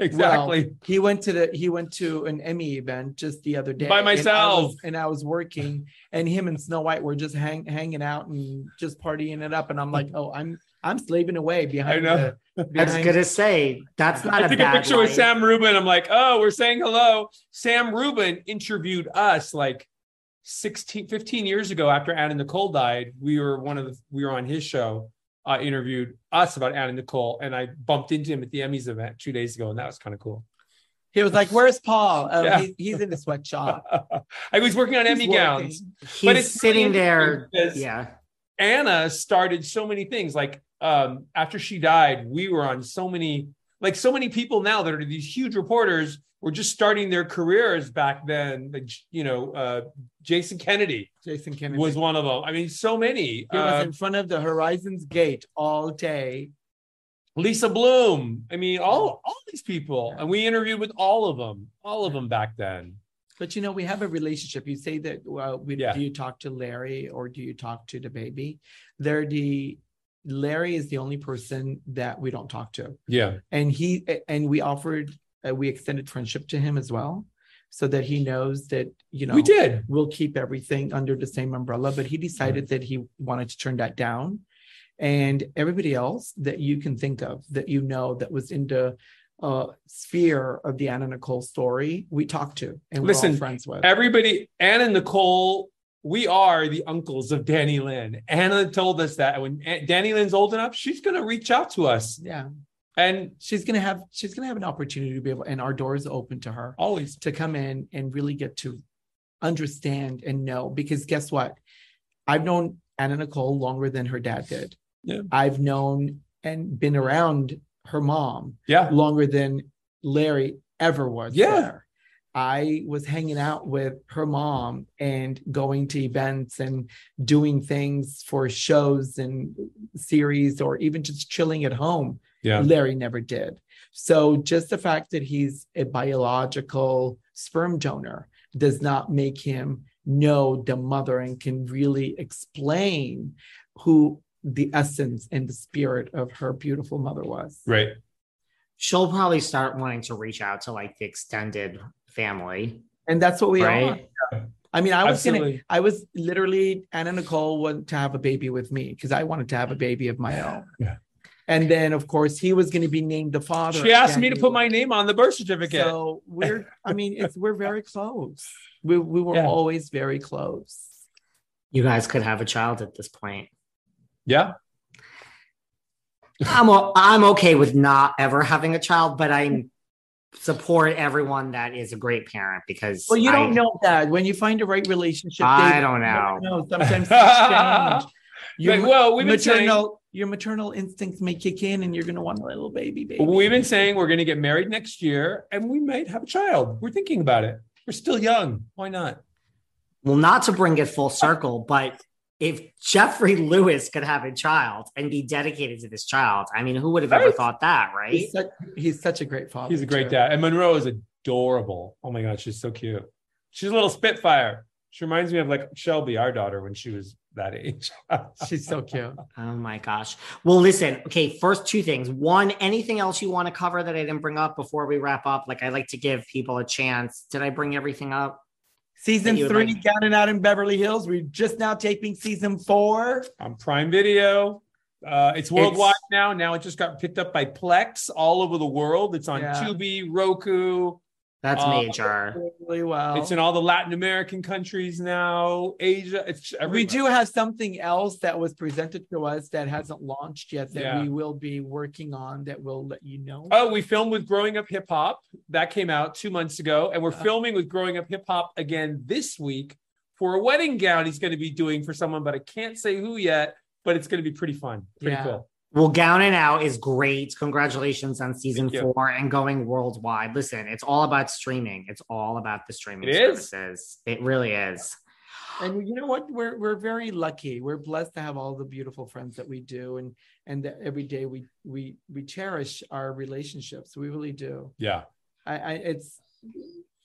S5: Exactly.
S3: Well, he went to the he went to an Emmy event just the other day
S5: By
S3: and I was-
S5: myself.
S3: and I was, working, and him and Snow White were just hang, hanging out and just partying it up, and I'm like, oh, I'm I'm slaving away behind.
S5: I know.
S3: the-
S2: I was
S3: behind-
S2: gonna say that's not
S5: I
S2: a
S5: took a
S2: bad
S5: picture with
S2: life.
S5: Sam Rubin. I'm like, oh, we're saying hello. Sam Rubin interviewed us like 16, 15 years ago after Anna Nicole died. We were one of the, we were on his show, uh, interviewed us about Anna Nicole. And I bumped into him at the Emmys event two days ago. And that was kind of cool.
S3: He was like, "Where's Paul? Oh,
S5: Yeah.
S3: he's, he's in the sweatshop.
S5: I was working on
S3: He's
S5: Emmy
S3: working.
S5: gowns.
S2: He's
S5: But it's really
S2: sitting there.
S5: interesting because-
S2: Yeah.
S5: Anna started so many things. Like um, after she died, we were on so many, like so many people now that are these huge reporters were just starting their careers back then. Like, you know, uh, Jason Kennedy
S3: Jason Kennedy
S5: was one of them. I mean, so many.
S3: He was
S5: Uh,
S3: in front of the Horizons Gate all day.
S5: Lisa Bloom. I mean, all all these people, and we interviewed with all of them, all of them back then.
S3: But you know, we have a relationship. You say that uh, we,
S5: Yeah.
S3: do you talk to Larry or do you talk to the baby? They're the Larry is the only person that we don't talk to,
S5: Yeah,
S3: and he and we offered uh, we extended friendship to him as well, so that he knows that you know
S5: we did.
S3: we'll keep everything under the same umbrella. But he decided that he wanted to turn that down. And everybody else that you can think of that you know that was in the uh, sphere of the Anna Nicole story, we talked to and we're all
S5: Listen,
S3: friends with.
S5: Everybody, Anna Nicole, we are the uncles of Danny Lynn. Anna told us that when A- Danny Lynn's old enough, she's going to reach out to us.
S3: yeah,
S5: And
S3: she's gonna have she's gonna have an opportunity to be able, and our doors are open to her
S5: always,
S3: to come in and really get to understand and know. Because guess what, I've known Anna Nicole longer than her dad did.
S5: Yeah.
S3: I've known and been around her mom
S5: yeah.
S3: longer than Larry ever was.
S5: Yeah.
S3: there. I was hanging out with her mom and going to events and doing things for shows and series or even just chilling at home.
S5: Yeah.
S3: Larry never did. So just the fact that he's a biological sperm donor does not make him know the mother and can really explain who the essence and the spirit of her beautiful mother was.
S5: Right.
S2: She'll probably start wanting to reach out to like the extended family.
S3: And that's what we
S2: Right.
S3: are. I mean, I was gonna,
S2: Absolutely.
S3: I was literally Anna Nicole wanted to have a baby with me because I wanted to have a baby of my own.
S5: Yeah.
S3: And then of course he was gonna be named the father.
S5: She asked me
S3: And
S5: to put my name on the birth certificate.
S3: So we're I mean, it's we're very close. We we were always very close.
S2: You guys could have a child at this point.
S5: Yeah.
S2: I'm o- I'm okay with not ever having a child, but I support everyone that is a great parent because
S3: Well, you don't
S2: I-
S3: know that when you find the right relationship.
S2: I
S3: David,
S2: don't
S3: you never
S2: know.
S3: Sometimes things change.
S5: Like, well, we've been
S3: maternal, your maternal instincts may kick in, and you're going to want a little baby, baby.
S5: We've been saying we're going to get married next year and we might have a child. We're thinking about it. We're still young. Why not?
S2: Well, not to bring it full circle, but if Jeffrey Lewis could have a child and be dedicated to this child, I mean, who would have ever
S5: Right.
S2: thought that, right?
S3: He's such, he's such a great father.
S5: He's a great
S3: too.
S5: dad. And Monroe is adorable. Oh my God, she's so cute. She's a little spitfire. She reminds me of like Shelby, our daughter, when she was that age.
S3: she's so cute.
S2: Oh my gosh. Well, listen, okay, first two things. One, anything else you want to cover that I didn't bring up before we wrap up? Like, I like to give people a chance. Did I bring everything up?
S3: Season
S2: that you would
S3: three,
S2: like-
S3: down and out in Beverly Hills. We're just now taping season four.
S5: on Um, Prime Video. Uh, it's worldwide now. Now it just got picked up by Plex all over the world. It's on
S3: Yeah.
S5: Tubi, Roku.
S2: That's
S3: Um,
S5: Uh,
S2: major.
S3: Really well.
S5: It's in all the Latin American countries now, Asia. It's everywhere.
S3: we do have something else that was presented to us that hasn't launched yet that
S5: Yeah.
S3: we will be working on that we'll let you know.
S5: Oh, we filmed with Growing Up Hip Hop. That came out two months ago. And we're
S3: Wow.
S5: filming with Growing Up Hip Hop again this week for a wedding gown he's going to be doing for someone, but I can't say who yet, but it's going to be pretty fun. Pretty
S3: Yeah.
S5: cool.
S2: Well, Gown and Out is great. Congratulations on season
S5: Thank you.
S2: four and going worldwide. Listen, it's all about streaming. It's all about the streaming
S5: It is.
S2: services. It really is.
S3: and you know what we're we're very lucky we're blessed to have all the beautiful friends that we do and and that every day we we we cherish our relationships we really do
S5: Yeah.
S3: i, I it's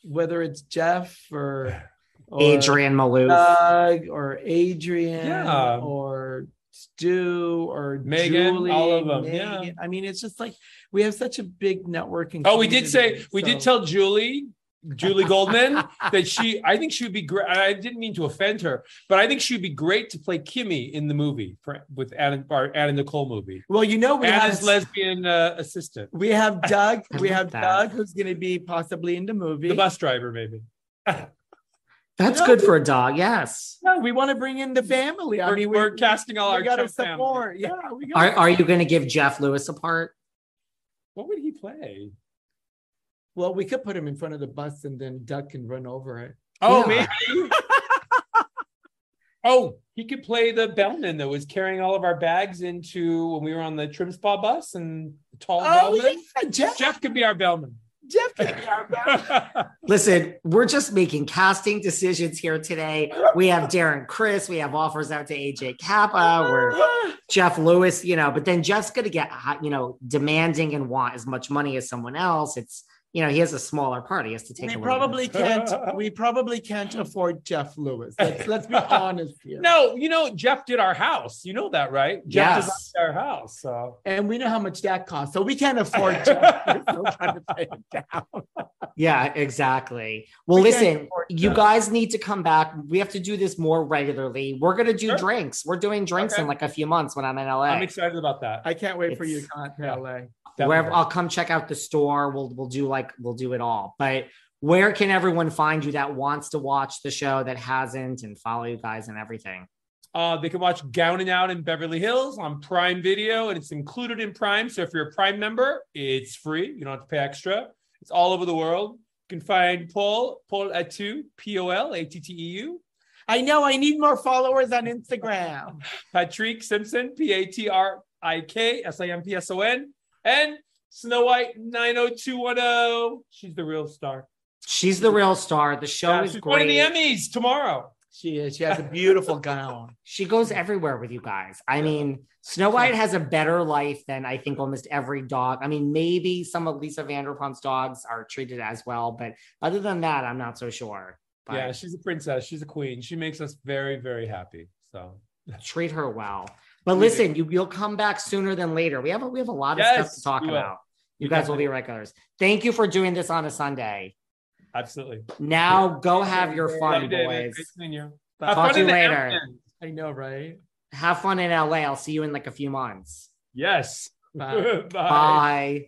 S3: whether it's jeff or, or
S2: Adrian Malouf.
S5: Uh,
S3: Doug or adrian
S5: Yeah.
S3: or stu or
S5: Megan,
S3: Julie,
S5: all of them,
S3: Megan.
S5: yeah.
S3: i mean it's just like we have such a big networking
S5: Oh, we did
S3: community,
S5: say, we did
S3: so-
S5: tell Julie, Julie Goldman, that she, I think she would be great. I didn't mean to offend her, but I think she would be great to play Kimmy in the movie for, with Anna, our Anna Nicole movie.
S3: well you know we
S5: Anna's
S3: have
S5: lesbian uh, assistant,
S3: we have Doug.
S2: I
S3: We
S2: love
S3: have
S2: that.
S3: Doug, who's going to be possibly in the movie.
S5: the bus driver, maybe.
S2: That's
S3: No.
S2: good for a dog. Yes.
S3: No, we want to bring in the family. I
S5: We're-
S3: mean,
S5: we're casting all
S3: we
S5: our
S3: gotta
S5: Chuck family.
S3: support. Yeah, we got.
S2: Are, are you going to give Jeff Lewis a part?
S5: What would he play?
S3: Well, we could put him in front of the bus and then Doug can run over it.
S5: Oh,
S2: Yeah.
S5: maybe. oh, he could play the bellman that was carrying all of our bags into when we were on the trim spa bus and the tall
S3: Oh,
S5: bellman.
S3: yeah, Jeff.
S5: Jeff could be our bellman.
S3: Jeff can be our best.
S2: Listen, we're just making casting decisions here today. We have Darren Chris. We have offers out to AJ Kappa. We're Jeff Lewis, you know, but then Jeff's going to get, hot, you know, demanding and want as much money as someone else. It's, you know, he has a smaller part. He has to take
S3: We
S2: a
S3: probably can't. We probably can't afford Jeff Lewis. Let's, let's be honest here.
S5: no, you know, Jeff did our house. You know that, right? Jeff
S2: Yes.
S5: designed our house. So
S3: And we know how much that costs, so we can't afford Jeff. Lewis. We're trying to pay him down.
S2: Yeah, exactly. Well,
S3: We can't
S2: listen,
S3: afford
S2: you
S3: that.
S2: guys need to come back. We have to do this more regularly. We're going to do
S5: Sure.
S2: drinks. We're doing drinks
S5: Okay.
S2: in like a few months when I'm in LA.
S5: I'm excited about that.
S3: I can't wait for you to
S2: It's-
S3: come out to LA.
S2: wherever I'll come check out the store. We'll we'll do like we'll do it all. But where can everyone find you that wants to watch the show that hasn't and follow you guys and everything?
S5: Uh, they can watch Gowning Out in Beverly Hills on Prime Video, and it's included in Prime. So if you're a Prime member, it's free. You don't have to pay extra. It's all over the world. You can find Paul, Paul Attu, P O L A T T E U,
S8: I know I need more followers on Instagram.
S3: Patrick Simpson, P A T R I K S I M P S O N, and Snow White 90210. She's the real star.
S2: She's the real star. The show
S3: Yeah,
S2: is
S3: she's
S2: great.
S3: winning the Emmys tomorrow.
S8: She is. She has a beautiful gown.
S2: She goes everywhere with you guys. I mean, Snow White has a better life than I think almost every dog. I mean, maybe some of Lisa Vanderpump's dogs are treated as well, but other than that, I'm not so sure. But
S3: Yeah, she's a princess. She's a queen. She makes us very, very happy. So
S2: treat her well. But
S3: We do.
S2: listen, you you'll come back sooner than later. We have a, we have a lot of
S3: Yes,
S2: stuff to talk
S3: we will.
S2: about. You
S3: We
S2: guys will be regulars. Thank you for doing this on a Sunday.
S3: absolutely.
S2: Now go have your
S3: Love you,
S2: fun,
S3: David.
S2: boys.
S3: Great seeing you. Have
S2: Talk
S3: fun
S2: to you
S3: in the
S2: later.
S3: Hamptons.
S8: I know, right?
S2: Have fun in LA. I'll see you in like a few months.
S3: Yes.
S8: Bye.
S2: Bye.